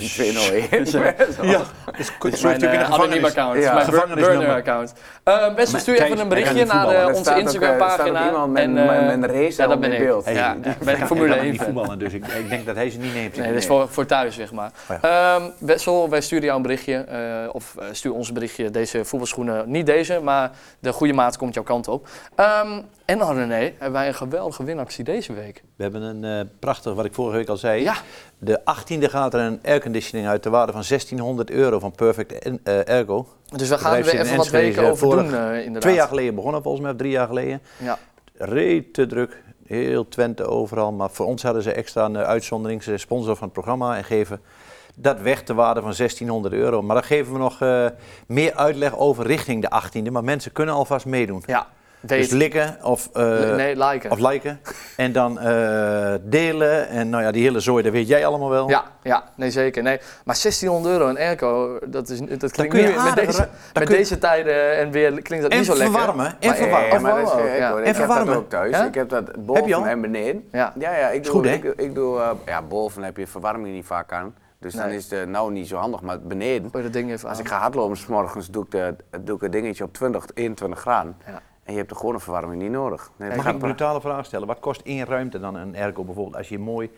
B: 47201.
D: *laughs* Ja, is kort
A: Dit is *laughs* mijn eh, anoniem account, Dit is
B: Ja.
A: mijn bur-
D: Gevangenisnummer.
A: burner account. Eh Wessel, stuur
D: Maar
A: even
D: Thijs,
A: een
D: hij kan
A: berichtje
D: niet
A: naar
D: voetballen.
A: eh,
B: Er
A: onze
B: staat ook, eh,
A: Instagram-pagina.
B: Er staat ook iemand met,
A: En,
B: met,
A: eh,
B: met een race
A: ja,
B: al
A: dat ben
B: in
A: ik.
B: beeld.
A: Ja,
D: ik
A: bij
D: kan- ik kan
A: Formule
D: ook
A: 1
D: niet
A: fan.
D: voetballen, dus ik, ik denk dat hij ze niet neemt.
A: Nee, dat is voor, voor thuis, zeg maar.
D: Oh
A: Ehm, Wessel, wij sturen jou een berichtje. eh, of eh, stuur ons een berichtje. Deze voetbalschoenen, niet deze, maar de goede maat komt jouw kant op. Ehm, en dan René, hebben wij een geweldige winactie deze week.
D: We hebben een eh, prachtig, wat ik vorige week al zei.
A: Ja.
D: De 18e gaat er een airconditioning uit de waarde van 1600 euro van Perfect en- eh, Ergo.
A: Dus we gaan er
D: Bedrijf
A: weer
D: zit in
A: even wat
D: Enschede,
A: weken
D: eh,
A: over
D: vorig-
A: doen, eh, inderdaad.
D: Twee jaar geleden begonnen volgens mij, of drie jaar geleden.
A: Ja.
D: Reet te druk, heel Twente overal. Maar voor ons hadden ze extra een eh, uitzondering. Ze zijn sponsor van het programma en geven dat weg de waarde van 1600 euro. Maar daar geven we nog eh, meer uitleg over richting de 18e. Maar mensen kunnen alvast meedoen.
A: Ja, weet.
D: Dus likken of... eh,
A: nee, liken.
D: Of liken. En dan eh, delen. En nou ja, die hele zooi, dat weet jij allemaal wel.
A: Ja, ja, nee zeker. Nee. Maar 1600 euro en airco, dat, is, dat klinkt
D: kun je
A: nu met,
D: aardig
A: deze,
D: ru- dan
A: met
D: kun je-
A: deze tijden en weer klinkt dat
D: En
A: niet zo lekker.
D: verwarmen, en
A: Maar- eh,
D: verwarmen.
A: Ja,
B: maar dat is,
A: ook,
B: ik,
A: ja.
B: hoor, ik
D: En
B: heb
D: verwarmen.
B: dat ook thuis.
D: Ja?
B: Ik heb dat
D: Heb je
B: boven
D: al?
B: en beneden.
A: Ja.
B: ja, ja, ik
D: Is
B: doe,
D: goed, hè?
B: Ik, doe- ik doe, eh, ja, boven heb je verwarming niet vaak aan. Dus dan
A: Nee.
B: is de nou niet zo handig. Maar beneden,
A: Gooi dat ding even
B: als
A: aan.
B: ik ga hardlopen 's morgens, doe ik, de, doe ik een dingetje op 20, 21 graden.
A: Ja.
B: En je hebt de gewone verwarming niet nodig. Nee, dat
D: Mag
B: gaat
D: ik een
B: maar-
D: brutale vraag stellen? Wat kost één ruimte dan een airco bijvoorbeeld? Als je mooi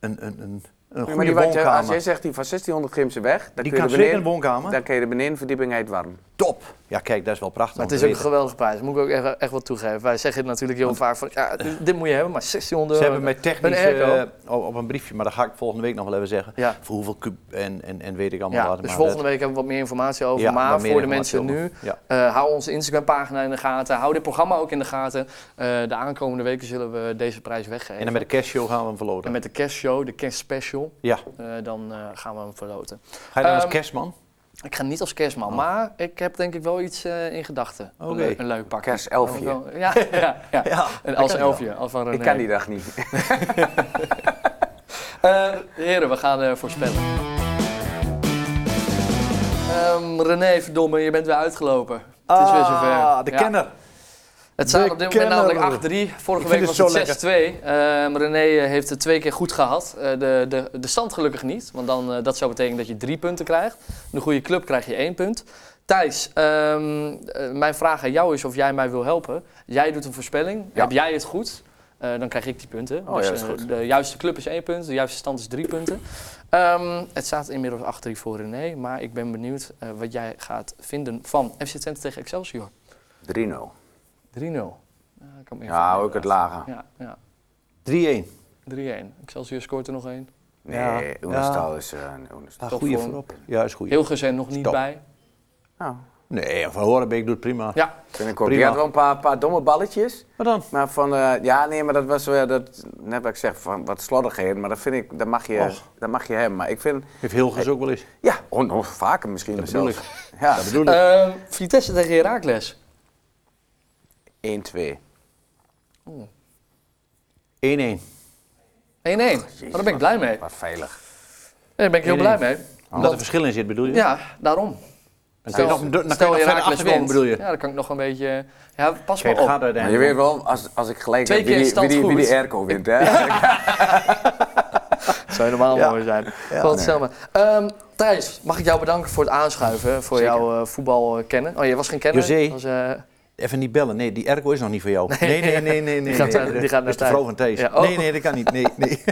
D: een, een, een,
B: Ja,
D: een goede
B: maar die wat je- als jij
D: woonkamer...
B: zegt die van 1600 grim ze weg, dan
D: Die
B: kun je
D: kan
B: de
D: zeker
B: beneden,
D: een woonkamer. Oh,
B: Dan kun je de benedenverdieping heet warm.
D: Top! Ja, kijk, dat is wel prachtig
A: Maar
D: om
A: het is
D: te
A: ook een
D: weten.
A: geweldige prijs, moet ik ook echt, echt wel toegeven. Wij zeggen het natuurlijk heel vaak van,
D: *laughs*
A: ja, dit, dit moet je hebben, maar 1600
D: Ze
A: euro.
D: hebben met
A: Een
D: technisch
A: airco.
D: eh, op, op een briefje, maar dat ga ik volgende week nog wel even zeggen.
A: Ja.
D: Voor hoeveel kub en, en, en weet ik allemaal
A: ja,
D: wat.
A: dus
D: maar
A: volgende
D: dat-
A: week hebben we wat meer informatie over.
D: Ja,
A: maar
D: wat meer
A: voor de
D: informatie
A: mensen nu,
D: over. Ja.
A: eh, hou onze Instagram-pagina in de gaten. Hou dit programma ook in de gaten. Eh, de aankomende weken zullen we deze prijs weggeven.
D: En dan met de castshow gaan we hem
A: En
D: verloten.
A: met de kerstshow, de kerstspecial,
D: Ja.
A: eh, dan eh, gaan we hem verloten.
D: Ga je dan als
A: Ehm,
D: kerstman?
A: Ik ga niet als kerstman, maar ik heb denk ik wel iets eh, in gedachten. Een
D: Oh. Oké.
A: leuk- Een leuk pak.
B: Kerselfje.
A: Ja, ja, ja.
D: *laughs* Ja,
A: En
D: dat
A: als
D: kan wel.
A: elfje, als van
B: Ik
A: René.
B: kan die dag niet.
D: *laughs*
A: Eh, heren, we gaan eh, voorspellen. Ehm René, verdomme, je bent weer uitgelopen. het is weer zover.
D: Ah, de
A: Ja.
D: kenner.
A: Het staat
D: de
A: op dit moment
D: kenner.
A: namelijk 8-3. Vorige
D: Ik
A: week
D: vind
A: was
D: het zo
A: het 6-2. Ehm, René eh, heeft het twee keer goed gehad. Eh, de, de, de stand gelukkig niet, want dan, eh, dat zou betekenen dat je drie punten krijgt. De goede club krijg je één punt. Thijs, ehm, eh, mijn vraag aan jou is of jij mij wil helpen. Jij doet een voorspelling.
B: Ja.
A: Heb jij het goed? eh, dan krijg ik die punten.
B: Oh, ja, dat is
A: eh,
B: goed.
A: de juiste club is één punt, de juiste stand is drie punten. Ehm, het staat inmiddels 8-3 voor René, maar ik ben benieuwd eh, wat jij gaat vinden van FC Twente tegen Excelsior.
B: 3-0.
A: 3-0. Ja, ik kan me
B: Ja,
A: even-
B: Nou, ook het lager.
A: Ja, ja.
D: 3-1.
A: 3-1. Excelsior scoort er nog één.
D: Ja.
B: Nee, Oenestal is... eh, een Oenestal.
D: Ah,
A: Top
D: goeie
A: vorm.
D: voorop. Ja, is goed.
A: Hilgers er nog niet
D: Stop.
A: bij.
B: Nou,
D: Nee, Van Horenbeek doet prima.
A: Ja,
B: vind ik ook.
D: Prima.
B: Die had wel een paar, paar domme balletjes.
D: Maar dan?
B: Maar van, eh, ja, nee, maar dat was wel, dat, net wat ik zeg, van wat slordigheden. Maar dat vind ik, dat mag je,
D: Och.
B: dat mag je hebben. Maar ik vind,
D: Heeft Hilgers ook wel eens.
B: ja, oh, nog vaker misschien
D: Dat bedoel
B: zelfs. Ja,
D: Dat bedoel ik.
A: Ehm, Vitesse tegen Heracles.
B: 1-2.
A: 1-1.
D: 1-1.
A: Maar Oh, daar ben ik blij mee.
B: Wat veilig.
A: Daar ben ik heel blij mee.
D: Omdat er verschil in zit, bedoel je?
A: Ja, daarom.
D: Dan
A: Stel,
D: kun je nog, dan kun
A: stel
D: je nog verder
A: Heracles
D: achterkomen,
A: wint.
D: bedoel je?
A: Ja, dan kan ik nog een beetje... Ja, pas
G: Oké,
A: maar
G: het
A: op.
G: gaat uiteindelijk.
B: Maar je weet wel, als, als ik gelijk
A: Twee
B: heb wie
A: keer
B: die, wie die, wie
A: stand
B: die
A: goed.
B: airco wint,
D: *laughs*
B: hè?
G: Het zou helemaal
A: Ja.
G: mooi zijn.
A: Wat zeg maar. Ehm, Thijs, mag ik jou bedanken voor het aanschuiven, voor
B: Zeker.
A: jouw eh, voetbal eh, kennen. Oh, je was geen kenner.
D: José.
A: Was, eh, *laughs*
D: Even niet bellen. Nee, die airco is nog niet voor jou. Nee, nee, nee, nee. nee, nee.
A: gaat, eh, die gaat naar
D: Dat is de
A: Thijs.
D: vrouw van Thijs.
A: Ja, oh.
D: Nee, nee, dat kan niet. Nee, nee.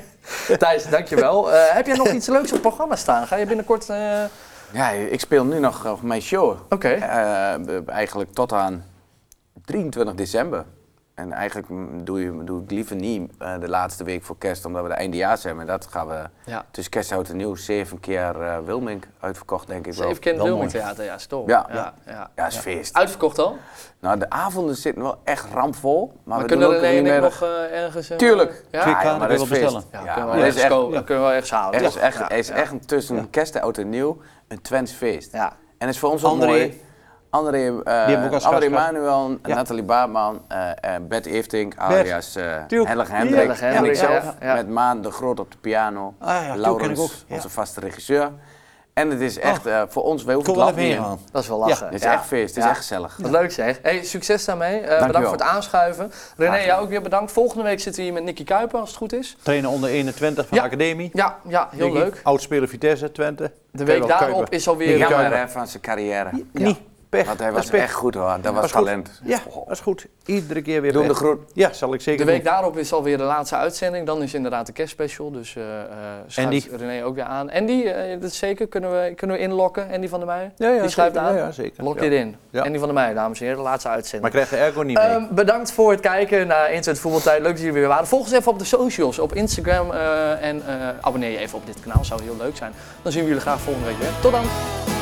A: Thijs, dankjewel. Eh heb jij nog iets leuks op het programma staan? Ga je binnenkort... eh,
B: Ja, ik speel nu nog eh, mijn show.
A: Oké.
B: Eh, b- eigenlijk tot aan 23 december. En eigenlijk mm, doe, je, doe ik liever niet eh, de laatste week voor kerst, omdat we de eindejaars hebben. En dat gaan we
A: Ja.
B: tussen kerst en oud en nieuw zeven keer eh, Wilmink uitverkocht, denk ik wel.
A: Zeven keer in het
D: Wel
A: Wilming
D: mooi.
A: Theater, ja, stom.
B: Ja.
A: Ja, ja.
B: Ja, is feest.
A: Uitverkocht al?
B: Nou, de avonden zitten wel echt rampvol. Maar,
A: Maar
B: we
A: kunnen
B: doen ook
A: René en
B: niet
A: ik
B: meer...
A: nog eh, ergens... eh,
B: Tuurlijk.
A: Ja?
G: Twee kaarten
B: maar
G: kun je
B: dat
G: wel
B: is feest.
G: bestellen.
A: Ja,
B: Ja,
A: kunnen
B: maar
A: we wel
B: dat
A: ergens
B: is echt...
A: komen. Kunnen we wel ergens halen.
B: Er is
A: toch?
B: echt,
A: Ja,
B: er is
A: ja.
B: echt een tussen kerst en oud en nieuw een Twents feest.
A: Ja.
B: En dat is voor ons ook
G: André.
B: mooi. André, eh,
G: hebben we ook als
B: André
G: gast gehad.
B: Manuel, Nathalie Baarman, eh, eh, Bert Eftink, alias eh
G: Tuurlijk.
B: Hellig
G: Ja,
B: Hendrik.
A: Hellig
B: En
A: Hendrik,
B: ikzelf,
A: ja, ja.
B: met Maan de Groot op de piano.
G: Ah ja, Tuurlijk ken ik ook,
B: Laurens,
G: ja.
B: onze vaste regisseur. En het is echt, eh, voor ons, wij
G: Ik
B: hoeven
G: wil
B: het
G: wel
B: land
G: even
B: niet
G: heen
B: in.
G: gaan.
A: Dat is wel lachen.
B: Het is
A: Ja.
B: echt feest, het
A: Ja.
B: is echt gezellig.
A: Wat leuk zeg. Hey, succes daarmee. Eh, bedankt
B: Dankjewel.
A: voor het aanschuiven. René, jou ook weer bedankt. Volgende week zitten we hier met Nicky Kuiper, als het goed is.
G: Trainen onder 21 van
A: Ja.
G: de academie.
A: Ja, ja heel
G: Nicky.
A: leuk.
D: Oudspeler Vitesse, Twente.
A: De week
D: Kuiper.
A: daarop is alweer...
B: Jammer hè, van zijn carrière.
D: Niet. Pech.
B: Want hij
D: Dat
B: was
D: is pech.
B: echt goed hoor, dat was
D: Was goed.
B: talent.
D: Ja,
A: Oh.
D: dat is goed. Iedere keer weer
B: Doe hem de
D: pech.
B: groet.
D: Ja, zal ik zeker
A: De week
D: doen.
A: daarop is alweer de laatste uitzending. Dan is inderdaad de kerstspecial. Dus eh eh schuift
D: Andy.
A: René ook weer aan. Andy, eh, dat is zeker. Kunnen we, kunnen we inlokken. Andy van der Meij.
D: Ja, ja,
A: Die schuift
D: zeker.
A: aan.
D: Ja, ja, zeker.
A: Lok
D: Ja.
A: dit in.
D: Ja.
A: Andy van der Meij, dames en heren. De laatste
D: Maar
A: uitzending.
D: krijg de airco niet mee.
A: Ehm, bedankt voor het kijken naar 21 Voetbaltijd. Leuk dat jullie weer waren. Volg ons even op de socials. Op Instagram. eh, en eh, abonneer je even op dit kanaal. Zou heel leuk zijn. Dan zien we jullie graag volgende week weer. Tot dan.